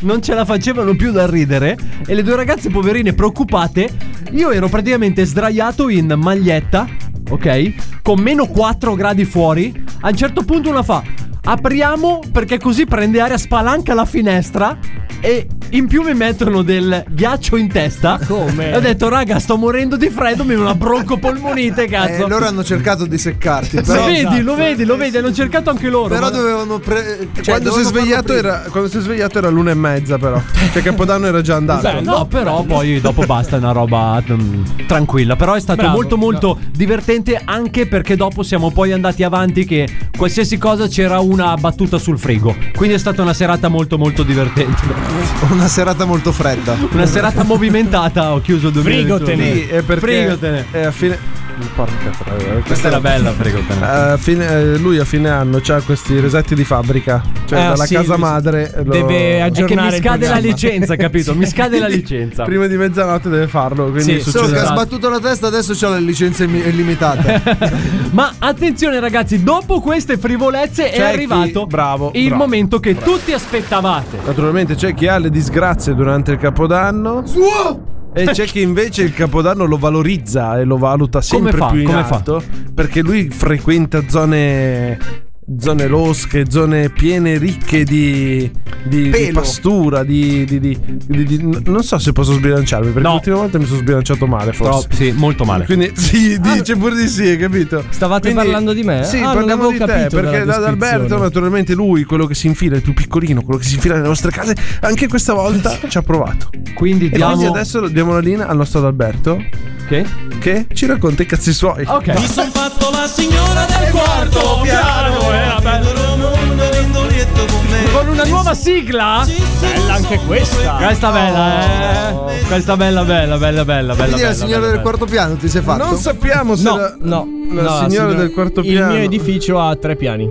non ce la facevano più da ridere e le due ragazze poverine preoccupate, io ero praticamente sdraiato in maglietta ok? Con meno 4 gradi fuori. A un certo punto una fa: apriamo perché così prende aria, spalanca la finestra. E in più mi mettono del ghiaccio in testa. come? E ho detto, raga, sto morendo di freddo, mi è una broncopolmonite, Eh, cazzo. loro hanno cercato di seccarti, Lo però, vedi, Esatto. lo vedi, lo vedi, hanno cercato anche loro. però ma- dovevano. Pre- cioè, quando, si è dovevano farlo svegliato prima. era, quando si è svegliato era l'una e mezza, però. Cioè, Capodanno era già andato. Beh, No, però poi dopo basta, è una roba mm, tranquilla. Però è stato Bravo, molto molto divertente anche perché dopo siamo poi andati avanti che qualsiasi cosa c'era una battuta sul frigo. Quindi è stata una serata molto molto divertente. Una serata molto fredda. Una serata movimentata, ho chiuso due Frigotene. Sì, è perché Frigotene. eh, a fine. Porca troia. eh, Questa era bella, frigotene. A fine- eh, lui a fine anno ha questi resetti di fabbrica, cioè Ah, dalla sì, casa lui- madre. lo- Deve È che mi aggiornare il scade la programma. licenza, capito? Mi scade la licenza. Prima di mezzanotte deve farlo. Quindi Sì, Solo succede- che ha Esatto. sbattuto la testa, adesso c'ha la licenza illi- illimitata. Ma attenzione ragazzi, dopo queste frivolezze è C'è chi- arrivato bravo, il bravo, momento che tutti aspettavate. Naturalmente c'è chi ha le disgrazie durante il capodanno. E c'è chi invece il capodanno lo valorizza e lo valuta sempre Come fa? più in Come fa? alto perché lui frequenta zone zone losche, zone piene ricche di, di- di Pelo. pastura, di, di- di- di- di- n- non so se posso sbilanciarmi perché l'ultima volta mi sono sbilanciato male forse. Troppo, sì, molto male. Quindi sì, dice pure di sì, hai capito? Ah, Stavate Quindi- parlando di me? Sì, Ah, non parliamo avevo di te capito perché dalla ad Alberto descrizione. naturalmente lui, quello che si infila, il più piccolino, quello che si infila nelle nostre case, anche questa volta ci ha provato. Quindi e diamo- quindi adesso diamo la linea al nostro Alberto Che? Che ci racconta i cazzi suoi. Ok. Mi son fatto la signora del quarto piano. eh, vabbè. Con una nuova sigla? Bella anche questa. Questa bella, eh. Questa bella, bella, bella, bella, bella. Quindi bella, la signora bella, del quarto piano ti sei fatto? Non sappiamo se No, la- no. la no, signora del quarto piano. Il mio edificio ha tre piani.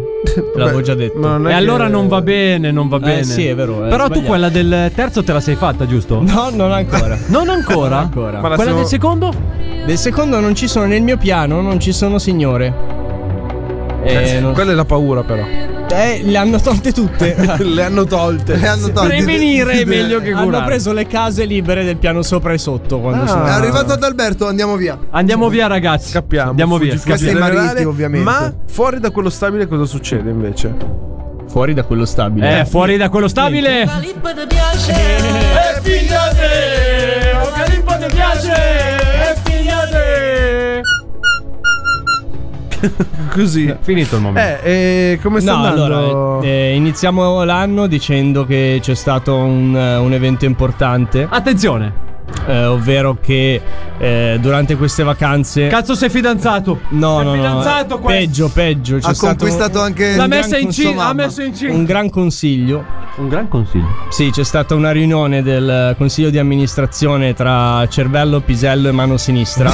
L'avevo già detto. bella. E allora non va bene, non va bene. sì, è vero, è Però tu sbagliato. quella del terzo te la sei fatta, giusto? No, non ancora. Non ancora? Non ancora. Quella del secondo? Del secondo non ci sono nel mio piano, non ci sono signore. Eh, non- Quella è la paura, però. Eh, le hanno tolte tutte. le hanno tolte. Le hanno tolte. Prevenire è meglio che curare. curare. Hanno preso le case libere del piano sopra e sotto quando Ah, sono È arrivato ad Alberto, andiamo via. Andiamo via, ragazzi. Scappiamo. Andiamo via. fuggi- fuggi Casei in generale, Marittimi, ovviamente. Ma fuori da quello stabile cosa succede invece? fuori da quello stabile. Eh, fuori da quello stabile. Oh, Così. Finito il momento. Eh, eh, come sta No, andando? allora, eh, iniziamo l'anno dicendo che c'è stato un, eh, un evento importante, Attenzione. eh, ovvero che eh, durante queste vacanze... Cazzo sei fidanzato. no, no, sei no, fidanzato eh, questo. peggio, peggio. c'è Ha stato conquistato anche L'ha un messa gran in cin- consomma- ha messo in cin- Un gran consiglio. Un gran consiglio. Sì, c'è stata una riunione del consiglio di amministrazione tra cervello, pisello e mano sinistra.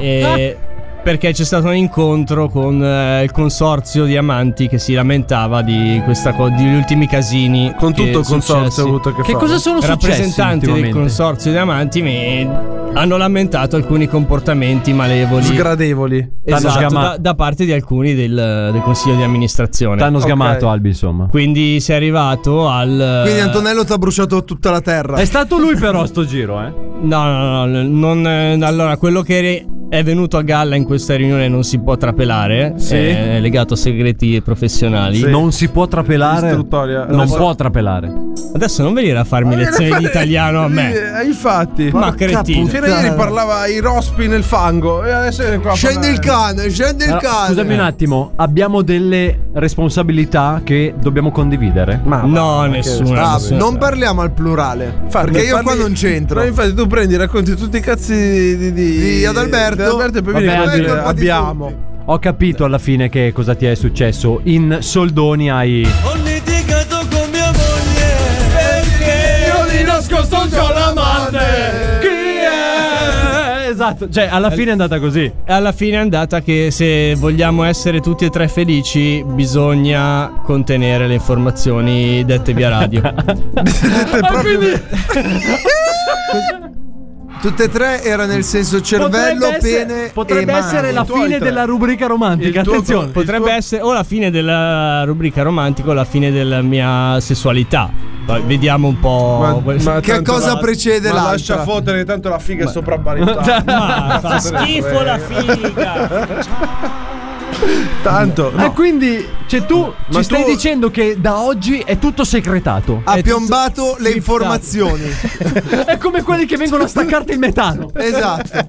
E- perché c'è stato un incontro con eh, il consorzio di amanti che si lamentava di questa co- degli ultimi casini. Con che tutto il consorzio ha successi. avuto a che, Che fare. cosa sono successi Rappresentanti del ultimamente? consorzio di amanti mi hanno lamentato alcuni comportamenti malevoli. Sgradevoli. Esatto, T'hanno sgama- da, da parte di alcuni del, del consiglio di amministrazione. T'hanno sgamato Ok. Albi, insomma. Quindi si è arrivato al. Quindi Antonello ti ha bruciato tutta la terra. È stato lui però sto giro, eh. No, no, no, no, non, eh, allora quello che re- è venuto a galla in questa riunione non si può trapelare, eh, Sì. è legato a segreti professionali. Sì. Non si può trapelare. Istruttoria. Non Adesso- può trapelare. Adesso non venire a farmi lezioni di italiano a me. Eh, infatti. Ma cretino. Fino a ieri parlava ai rospi nel fango. E adesso è qua. a Scende parlare. il cane, scende il Allora, cane. scusami un attimo, abbiamo delle responsabilità che dobbiamo condividere. Ma No, nessuna. Ah, nessuna. non parliamo al plurale. Infatti, perché io parli- qua non c'entro. No, infatti, tu prendi, racconti tutti i cazzi di, di, Di Adalberto. di Adalberto e poi Vabbè, vieni a Albi- dire, colpa di abbiamo. Ho capito alla fine che cosa ti è successo. In soldoni hai. Ho litigato con mia moglie. Io di nascosto c'ho l'amante. Chi è? Esatto, cioè alla fine è andata così. E Alla fine è andata che se vogliamo essere tutti e tre felici bisogna contenere le informazioni dette via radio. Ah, quindi Tutte e tre era nel senso cervello, potrebbe essere, pene potrebbe e mani. essere la I tuoi fine tre. della rubrica romantica. Il tuo- Attenzione. Potrebbe essere o la fine della rubrica romantica o la fine della mia sessualità. Poi vediamo un po'. quel- Che tanto cosa precede ma l'altra? Lascia fottere, tanto la figa è sopravvalutata. Ma fa Cazzo te ne schifo eh. frega. la figa. Tanto. E quindi, cioè, tu ci stai tu- dicendo che da oggi è tutto segretato. Ah, Ha piombato le informazioni. è come quelli che vengono a staccarti il metano. esatto.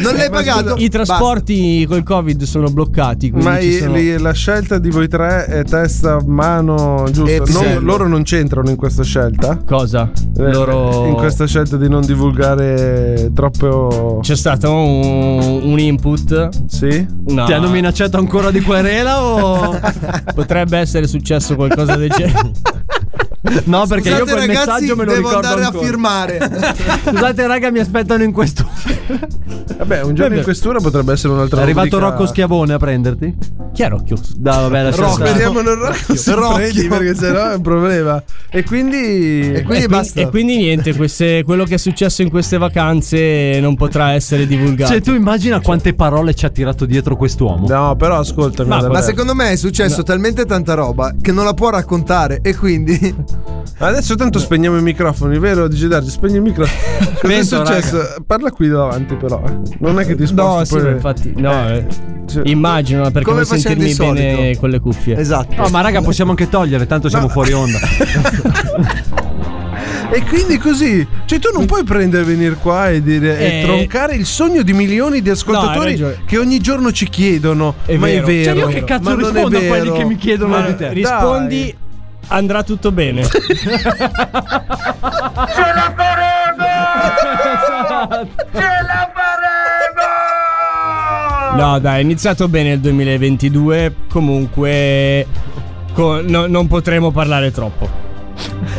Non l'hai pagato. I trasporti col Covid sono bloccati. quindi Ma ci i- sono- li- la scelta di voi tre è testa, mano, E giusto? pisello. Non- loro non c'entrano in questa scelta? Cosa? Eh, Loro. In questa scelta di non divulgare troppo... C'è stato un, un input. sì? No. Ti hanno minacciato ancora di querela o. Potrebbe essere successo qualcosa del genere. No, perché Scusate, io quel ragazzi, messaggio me lo devo ricordo andare ancora. a firmare. Scusate, raga, mi aspettano in questo. Vabbè, un giorno in quest'ora potrebbe essere un'altra È arrivato rubrica. Rocco Schiavone a prenderti? Chi è Rocchio? No, vabbè, lascia Rocco, stare. Speriamo non Rocco si Rocchio. prendi, perché sennò è un problema. E quindi... E quindi e, basta. e quindi niente, queste- quello che è successo in queste vacanze non potrà essere divulgato. Cioè, tu immagina quante parole ci ha tirato dietro quest'uomo. No, però ascoltami. Ma- ma Ma Adalberto. secondo me è successo talmente tanta roba che non la può raccontare. E quindi Adesso tanto spegniamo i microfoni, vero? Dice Darge, spegni il microfono. Cosa è Spento, successo? Parla qui avanti, però. eh. Non è che ti sposti. No, sì, poi- ma infatti. No, Eh, eh, immagino perché Come non facciamo di sentirmi bene solito. con le cuffie. Esatto. No, ma raga, possiamo anche togliere, tanto siamo fuori onda. Cioè, E quindi così, cioè tu non puoi prendere venire qua e dire e Eh. troncare il sogno di milioni di No, hai ascoltatori ragione. che ogni giorno ci chiedono, ma è vero. Cioè, io che ma cazzo non è rispondo a quelli vero. che mi chiedono Ma di te? dai. Rispondi, andrà tutto bene. No, dai, è iniziato bene il 2022. Comunque, co- no- non potremo parlare troppo.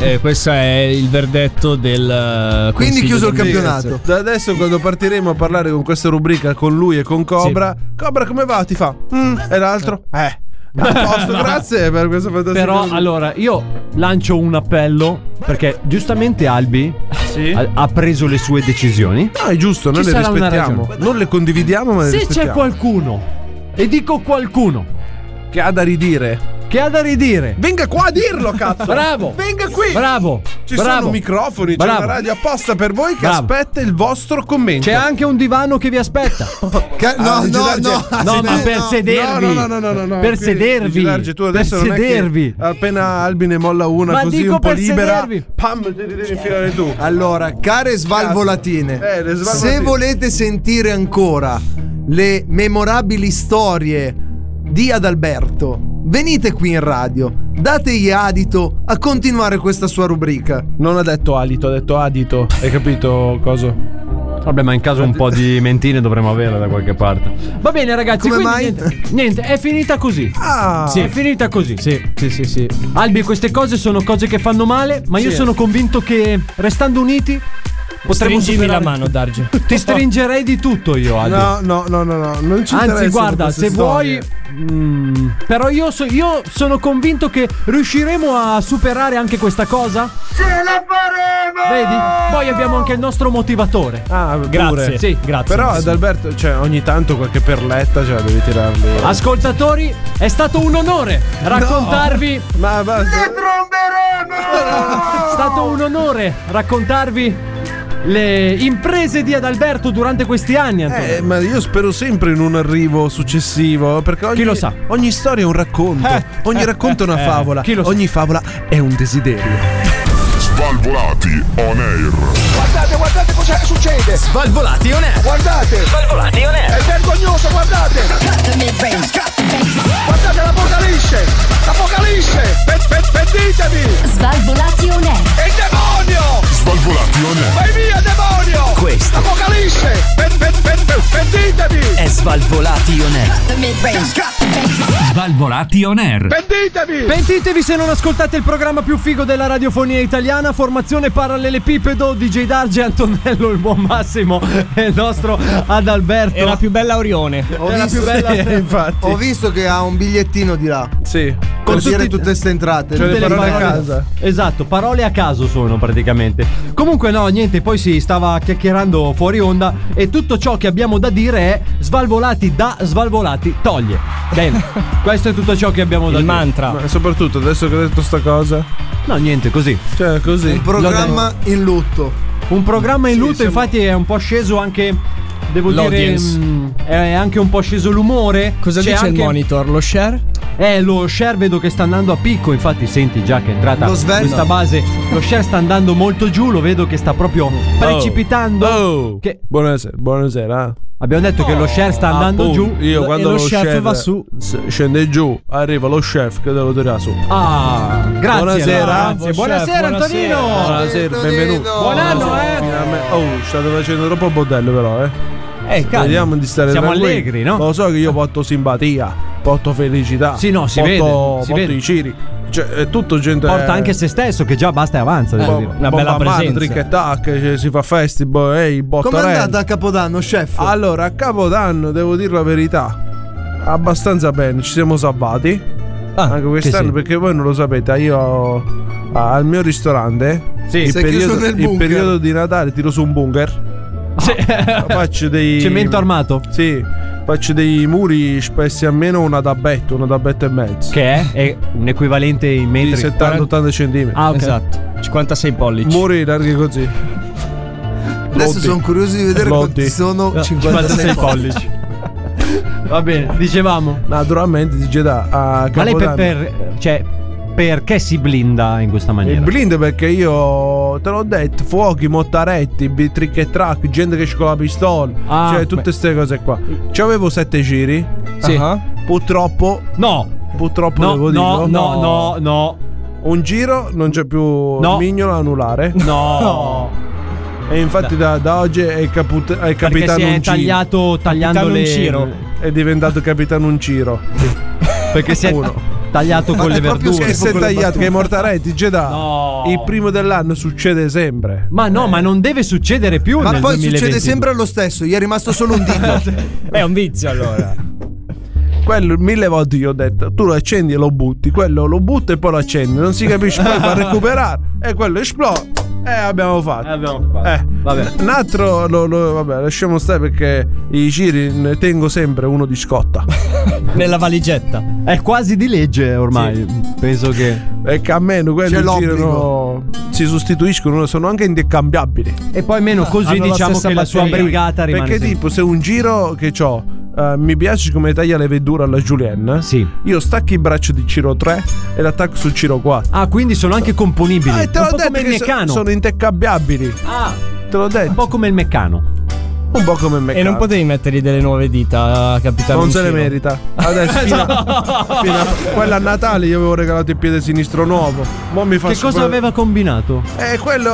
Eh, questo è il verdetto del. eh, Consiglio d'amministrazione. Da adesso quando partiremo a parlare con questa rubrica con lui e con Cobra, Cobra come va? Ti fa? "Mm", e l'altro? Eh. A posto, grazie per questa fantastica. Però allora io lancio un appello perché giustamente Albi ha, ha preso le sue decisioni. No, è giusto, noi Ci le sarà una rispettiamo. ragione. Non le condividiamo, ma le Se rispettiamo. c'è qualcuno, e dico qualcuno, che ha da ridire, che ha da ridire, venga qua a dirlo, cazzo. Bravo. Venga qui. bravo, Ci bravo, sono microfoni, c'è bravo. una radio apposta per voi che Bravo. aspetta il vostro commento. C'è anche un divano che vi aspetta. Ca- no, Ah, Luigi no, no, Darge- No, ma per sedervi. No, no, no, no, no, no. Per Qui, Luigi sedervi. Darge, tu per adesso non è che sedervi. appena Albi ne molla una Ma così dico un po' per libera. sedervi. Pam, te li devi infilare tu. Allora, care svalvolatine, Eh, le svalvolatine. se volete sentire ancora le memorabili storie di Adalberto, venite qui in radio, dategli adito a continuare questa sua rubrica. Non ha detto alito, ha detto adito. Hai capito cosa? Vabbè, ma in caso un po' di mentine dovremmo averla da qualche parte. Va bene, ragazzi. Come quindi mai? Niente, niente, è finita così. Ah, Sì, è finita così. Sì, sì, sì, sì. Albi, queste cose sono cose che fanno male, ma io Sì. sono convinto che restando uniti potremo Stringimi la superare- mano, Darge. Ti stringerei di tutto io, Albi. No, no, no, no, no, non ci Anzi, interessano guarda, queste se storie. vuoi. mm, però io, so- io sono convinto che riusciremo a superare anche questa cosa. Ce la faremo! Vedi? Poi abbiamo anche il nostro motivatore. Ah, pure. Grazie. Sì. grazie. Però ad Alberto, cioè, ogni tanto qualche perletta, cioè, devi tirarli. Ascoltatori, è stato un onore raccontarvi. Ma basta. È stato un onore raccontarvi le imprese di Adalberto durante questi anni. Antonio. Eh, ma io spero sempre in un arrivo successivo. Perché ogni, Chi lo sa? ogni storia è un racconto. Eh, ogni eh, racconto è una eh, favola. chi lo sa? ogni favola è un desiderio. Svalvolati on air. Guardate, guardate cosa succede. Svalvolati on air. Guardate. Svalvolati on air. È vergognoso, guardate. Guardate l'apocalisse. L'apocalisse. Pe- pe- Pentitevi. Svalvolati on air. È il demonio. Svalvolati on air. Vai via, demonio. Questo. L'apocalisse. Pe- pe- pe- pe- Pentitevi. Svalvolati on air. Pentitevi. Pentitevi se non ascoltate il programma più figo della radiofonia italiana, formazione parallelepipedo, DJ Darge, Antonello, il buon Massimo e il nostro Adalberto. Era più bella Orione. Ho Era più bella- Eh, infatti. ho visto che ha un bigliettino di là. Sì. Per tutti- dire tutte queste entrate. Cioè, le Tutte parole a casa. Esatto, parole a caso sono praticamente. Comunque no, niente, poi si stava chiacchierando fuori onda e tutto ciò che abbiamo da dire è svalvolati da svalvolati toglie. Bene, questo è tutto ciò che abbiamo da Il dire. mantra. Ma soprattutto adesso che ho detto sta cosa. No, niente, così. Cioè, così. Programma in lutto. Un programma in Sì, lutto, siamo- infatti, è un po' sceso anche. Devo L'audience. dire. mm, è anche un po' sceso l'umore. Cosa C'è dice il anche- monitor? Lo share? Eh, lo share vedo che sta andando a picco. Infatti, senti già che è entrata Lo svello. questa base. Lo share sta andando molto giù. Lo vedo che sta proprio precipitando. Oh. Che- Buonasera, buonasera. Abbiamo detto che lo share sta Ah, andando Appunto, giù. Io Lo- quando e lo lo chef scende- va su. s- Scende giù, arriva lo chef che devo tirare su. Ah, grazie. Buonasera. allora, grazie. Bravo, Buonasera, chef, buonasera. Antonino. Buonasera, benvenuto. Buon anno, eh. Finalmente- Oh, state facendo troppo bordello però, eh. Eh, calma. Vediamo di stare Siamo tranquilli. allegri, no? Eh. Lo so che io porto simpatia, porto felicità. Sì, no, si porto, vede, si porto vede. i ciri. Cioè, è tutto gente. Porta anche se stesso, che già basta e avanza. Devo dire. una bella presenza. Trick e tac, cioè, si fa festival, ehi, botta Com'è rend. andata a Capodanno, chef? Esatto. Allora, a Capodanno, devo dire la verità, abbastanza bene, ci siamo salvati. anche quest'anno, Ah, sì. perché voi non lo sapete, io a- al mio ristorante. Sì, il sei chiuso periodo, nel il bunker. periodo di Natale tiro su un bunker. Faccio dei. Cemento armato. Sì, faccio dei muri spessi almeno una tabbetta, una tabbetta e mezzo. Che è? È un equivalente in Di metri. 70-80 centimetri. Ah, ok. Esatto. 56 pollici. Muri larghi così. Adesso sono curioso di vedere quanti sono No, 56 pollici. Va bene, dicevamo. Naturalmente dice da a Ma lei per, Capodanno. per- cioè, perché si blinda in questa Il maniera? blind perché io te l'ho detto, fuochi, mottaretti, bi- trick e track, gente che esce con la pistola, Ah, cioè tutte beh. queste cose qua. Ci avevo sette giri. Eh, Sì. Ah, Purtroppo No. Purtroppo No, devo no, dirlo. no, no, no. Un giro non c'è più mignolo anulare. No. E infatti da, da oggi è, caput- è capitano si è un Ciro. tagliato- tagliando Capitano le- Unciro. È diventato capitano un Ciro. Perché si è tagliato con le verdure. Che si è tagliato, che è mortaretti, Jedi. Il primo dell'anno succede sempre. Ma no, ma non deve succedere più. Ma nel poi succede 2022. sempre lo stesso, gli è rimasto solo un dito. È un vizio allora. Quello mille volte gli ho detto, tu lo accendi e lo butti, quello lo butta e poi lo accendi, non si capisce poi fa recuperare e quello esplode. E abbiamo fatto. abbiamo fatto. Eh, Vabbè. Un altro, lo- lo- vabbè, lasciamo stare perché i giri ne tengo sempre uno di scotta. Nella valigetta. È quasi di legge ormai. Penso che. E che a meno C'è quelli l'obbligo. girano, si sostituiscono, sono anche intercambiabili. E poi meno così Hanno diciamo stessa che la sua batteria. brigata rimane. Perché sempre- tipo, se un giro che ho mi piace come taglia le verdure alla Julien, io stacco il braccio di Ciro 3 e l'attacco su Ciro 4. Ah, quindi sono anche componibili. Ah, e te un l'ho po' detto come il che so- meccano. sono intercambiabili. Ah, te l'ho detto. Un po' come Eh, il meccano. Un po' come il meccano. E non potevi mettergli delle nuove dita, eh, capitano. Non se le Uncino. merita. Adesso fino a, fino a- quella a Natale io avevo regalato il piede sinistro nuovo. Mo mi Che faccio cosa aveva combinato? Eh, quello.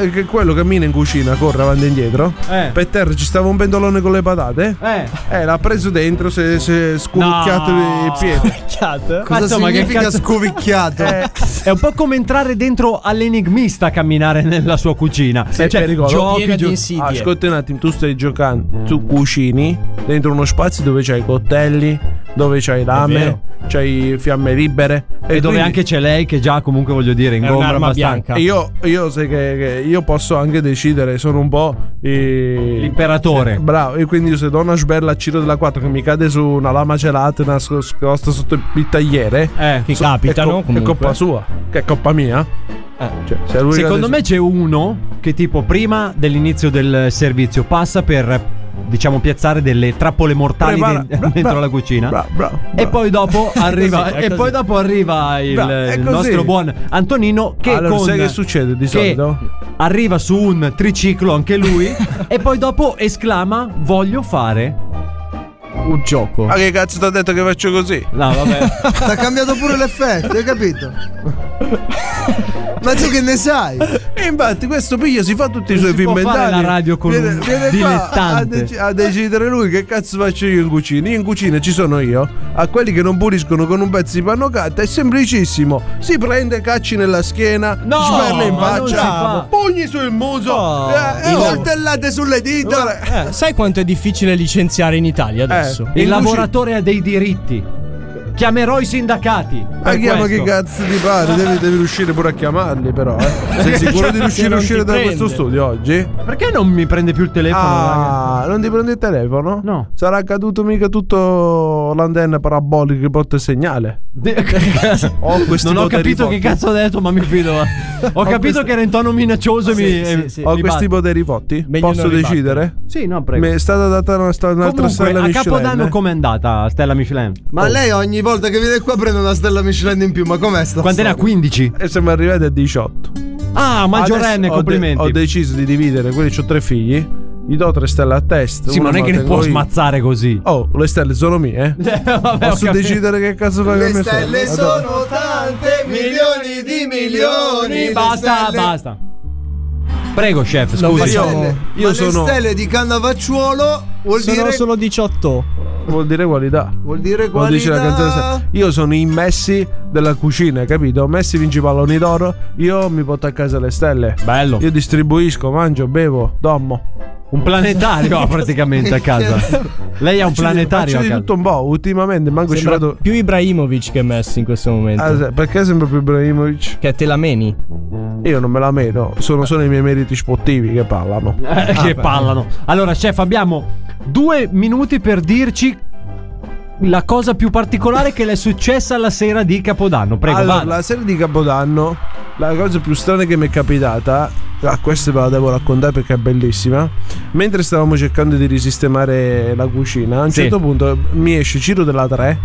eh, che quello cammina in cucina, corre avanti e indietro. Eh. Per terra ci stava un pendolone con le patate. Eh. l'ha preso dentro, si è- si è scucchiato No. il piede. Cazzo. Cosa significa scovicchiato? Eh. È un po' come entrare dentro all'enigmista a camminare nella sua cucina. Sì, Cioè, è pericoloso. giochi, giochi. Ah, Ascolta un attimo, tu stai giocando, tu cucini dentro uno spazio dove c'hai i coltelli, dove c'hai vero. lame, c'hai fiamme libere. E, dove quindi- anche c'è lei che già comunque voglio dire ingombra abbastanza. E Io, io sai che, che io posso anche decidere, sono un po' eh, l'imperatore. bravo, e quindi io se do una sberla a Ciro della 4 che mi cade su una lama gelata nascosta sotto il tagliere, Eh, che capitano, È, co- è comunque. colpa sua, che è colpa mia. Cioè, se a lui Eh. Secondo cade me c'è uno che tipo prima dell'inizio del servizio passa per diciamo piazzare delle trappole mortali Prepara- den- bra- dentro bra- la cucina. bra- bravo, E poi dopo arriva così, è e così. poi dopo arriva il, Bra- è il così. nostro buon Antonino che Allora, con sai che succede di che solito? Arriva su un triciclo anche lui e poi dopo esclama "Voglio fare un gioco". su- Ma che cazzo ti ho detto che faccio così? No, vabbè. T'ha cambiato pure l'effetto, hai capito? Ma tu che ne sai? E infatti questo piglio si fa tutti i Non suoi si film può fare mentali. la radio con viene, un viene qua a, dilettante. dec- a decidere lui che cazzo faccio io in cucina. Io in cucina ci sono io. A quelli che non puliscono con un pezzo di panno carta è semplicissimo. Si prende cacci nella schiena, No, sperla in ma non si fa. faccia, pugni sul muso, eh, eh, il- coltellate sulle dita. Eh, sai quanto è difficile licenziare in Eh, Italia adesso? Il lavoratore ha dei diritti. Chiamerò i sindacati. Ma per chiama questo. che cazzo ti pare? Devi, devi riuscire pure a chiamarli, però. Eh. Sei sicuro Cioè, di riuscire a uscire da questo studio oggi? Perché non mi prende più il telefono? Ah, non ti prende il telefono? No. Sarà caduto mica tutto l'antenna parabolica che porta il segnale. raga? Ho questi non ho poteri capito forti. che cazzo ho detto, ma mi fido. Ho, capito questi- che era in tono minaccioso e mi. e- Ho mi questi batte. poteri fotti? eh, Meglio Posso non ribattere. decidere? Sì, no, prego. Mi è stata data una sta- un'altra Comunque, stella a Michelin. eh. Capodanno com'è andata Stella Michelin? Oh, Ma lei ogni volta che viene qua prende una stella Michelin in più, ma com'è sta? Quante ne ha? storia? 15? E siamo arrivati a 18. Ah, Adesso maggiorenne, ho de- complimenti. Ho, deciso di dividere quelli, ho tre figli. Gli do tre stelle a testa. sì, ma una non è me che la ne può tengo io. smazzare così. Oh, le stelle sono mie. eh. Vabbè, ho Posso capito. decidere che cazzo fai con Le me stelle sono tante, milioni di milioni. le Basta, stelle- basta. Prego, chef, Le scusi. stelle- io ma sono- le stelle di Cannavacciuolo vuol Sono dire solo 18. Vuol dire qualità. vuol dire Lo dice la canzone. qualità. Io sono i Messi della cucina, capito? Messi vince i palloni d'oro, io mi porto a casa le stelle. Bello. Io distribuisco, mangio, bevo, dormo. Un planetario ha praticamente a casa. Lei ha un planetario Faccio a di casa. tutto un po', ultimamente manco ci Sembra vado. più Ibrahimovic che Messi in questo momento. Ah, se- perché sembra più Ibrahimovic? che te la meni. Io non me la meno, sono solo i miei meriti sportivi che parlano. Ah, Eh, che pallano. Allora, chef, abbiamo due minuti per dirci la cosa più particolare che le è successa la sera di Capodanno. Prego, allora, vada. la sera di Capodanno, la cosa più strana che mi è capitata, ah, questa ve la devo raccontare perché è bellissima. Mentre stavamo cercando di risistemare la cucina, a un Sì. certo punto mi esce Ciro della 3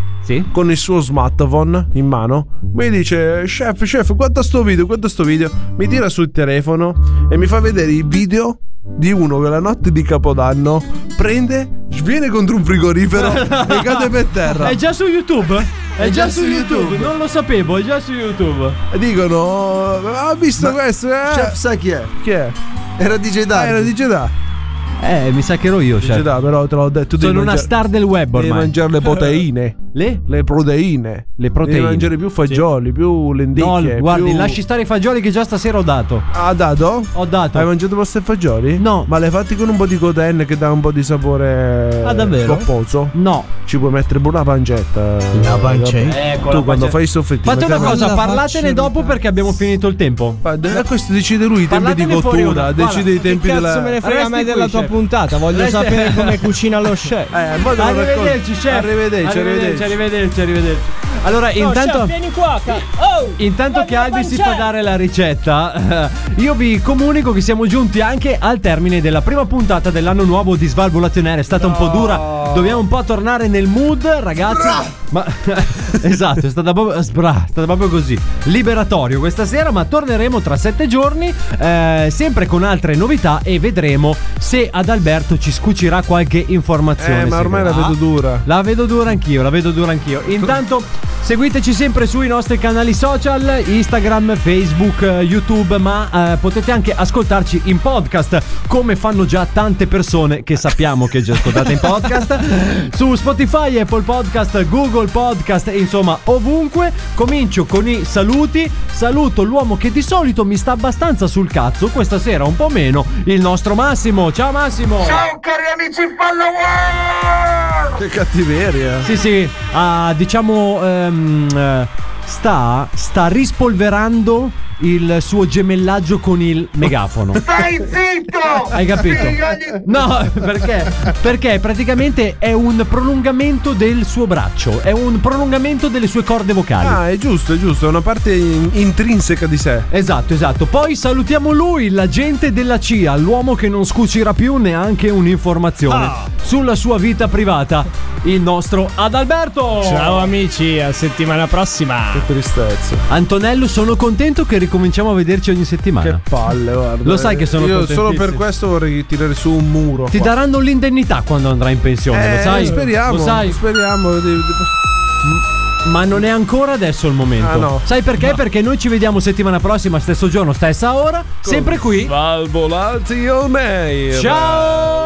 con il suo smartphone in mano. Mi dice: Chef, chef, guarda sto video, guarda sto video. Mi tira sul telefono e mi fa vedere il video. Di uno che la notte di Capodanno prende, sviene contro un frigorifero e cade per terra. È già su YouTube? È, già, su YouTube. non lo sapevo, è già su YouTube. Dicono, "Oh, ha visto questo? Eh? Chef, sai chi è? Chi è? Era DJ Ah, Dark. era di Jeddah. Eh, mi sa che ero io, Jeddah, cioè. però te l'ho detto. tu devi Sono una mangiare- star del web Devi ormai. mangiare le proteine. Le? Le proteine. Le Devi proteine. mangiare più fagioli, più No, lenticchie. guardi, più- lasci stare i fagioli che già stasera ho dato. Ah, dato? Ho dato. Hai mangiato pasta e fagioli? No. Ma l'hai fatti con un po' di coden che dà un po' di sapore. Ah, davvero? Popposo? No. Ci puoi mettere pure una pancetta. La pancetta. Ecco, la tu quando pancetta. fai i soffetti. Fate una metti- cosa, parlatene dopo perché abbiamo finito il tempo. Eh, questo decide lui i tempi di Parlatene fuori cottura, ora, decide i guarda, tempi che cazzo della. cioè. me ne frega Resti a me qui, della tua chef. puntata. Voglio Resti- sapere come cucina lo chef. Eh, poi te lo Arrivederci, racconto. chef. Arrivederci, arrivederci, arrivederci. arrivederci, arrivederci. Allora, intanto. vieni qua. Intanto che Albi si fa dare la ricetta, eh, io vi comunico che siamo giunti anche al termine della prima puntata dell'anno nuovo di Svalvolazione. È stata un po' dura, dobbiamo un po' tornare nel mood, ragazzi. Ma esatto, è stata proprio, sbra, è stata proprio così. Liberatorio questa sera, ma torneremo tra sette giorni, eh, sempre con altre novità e vedremo se ad Alberto ci scucirà qualche informazione. Eh, ma ormai la segreta. vedo dura. La vedo dura anch'io, la vedo dura anch'io. Intanto seguiteci sempre sui nostri canali social, Instagram, Facebook, eh, YouTube, ma eh, potete anche ascoltarci in podcast, come fanno già tante persone che sappiamo che ci ascoltate in podcast, su Spotify, Apple Podcast, Google Podcast, e insomma ovunque. Comincio con i saluti, saluto l'uomo che di solito mi sta abbastanza sul cazzo, questa sera un po' meno, il nostro Massimo. Ciao Massimo! Ciao cari amici follower! Che cattiveria. Sì, sì, ah, diciamo, ehm, eh, sta, sta rispolverando il suo gemellaggio con il megafono. Stai zitto! Hai capito? Figlio di- No, perché? Perché praticamente è un prolungamento del suo braccio, è un prolungamento delle sue corde vocali. Ah, è giusto, è giusto, è una parte in- intrinseca di sé. Esatto, esatto. Poi salutiamo lui, l'agente della CIA, l'uomo che non scucirà più neanche un'informazione Ah. sulla sua vita privata, il nostro Adalberto. Ciao amici, a settimana prossima. Che tristezza. Antonello, sono contento che ricominciamo a vederci ogni settimana. Che palle, guarda. Ah, Lo sai che sono Io contentissimo. solo per questo vorrei tirare su un muro. Ti qua. daranno l'indennità quando andrai in pensione, Eh, lo sai? Speriamo. Lo sai? Speriamo. di- di- Ma non è ancora adesso il momento. Ah, no. Sai perché? Perché noi ci vediamo settimana prossima, stesso giorno, stessa ora, sempre qui. Valvolati o meglio. Ciao!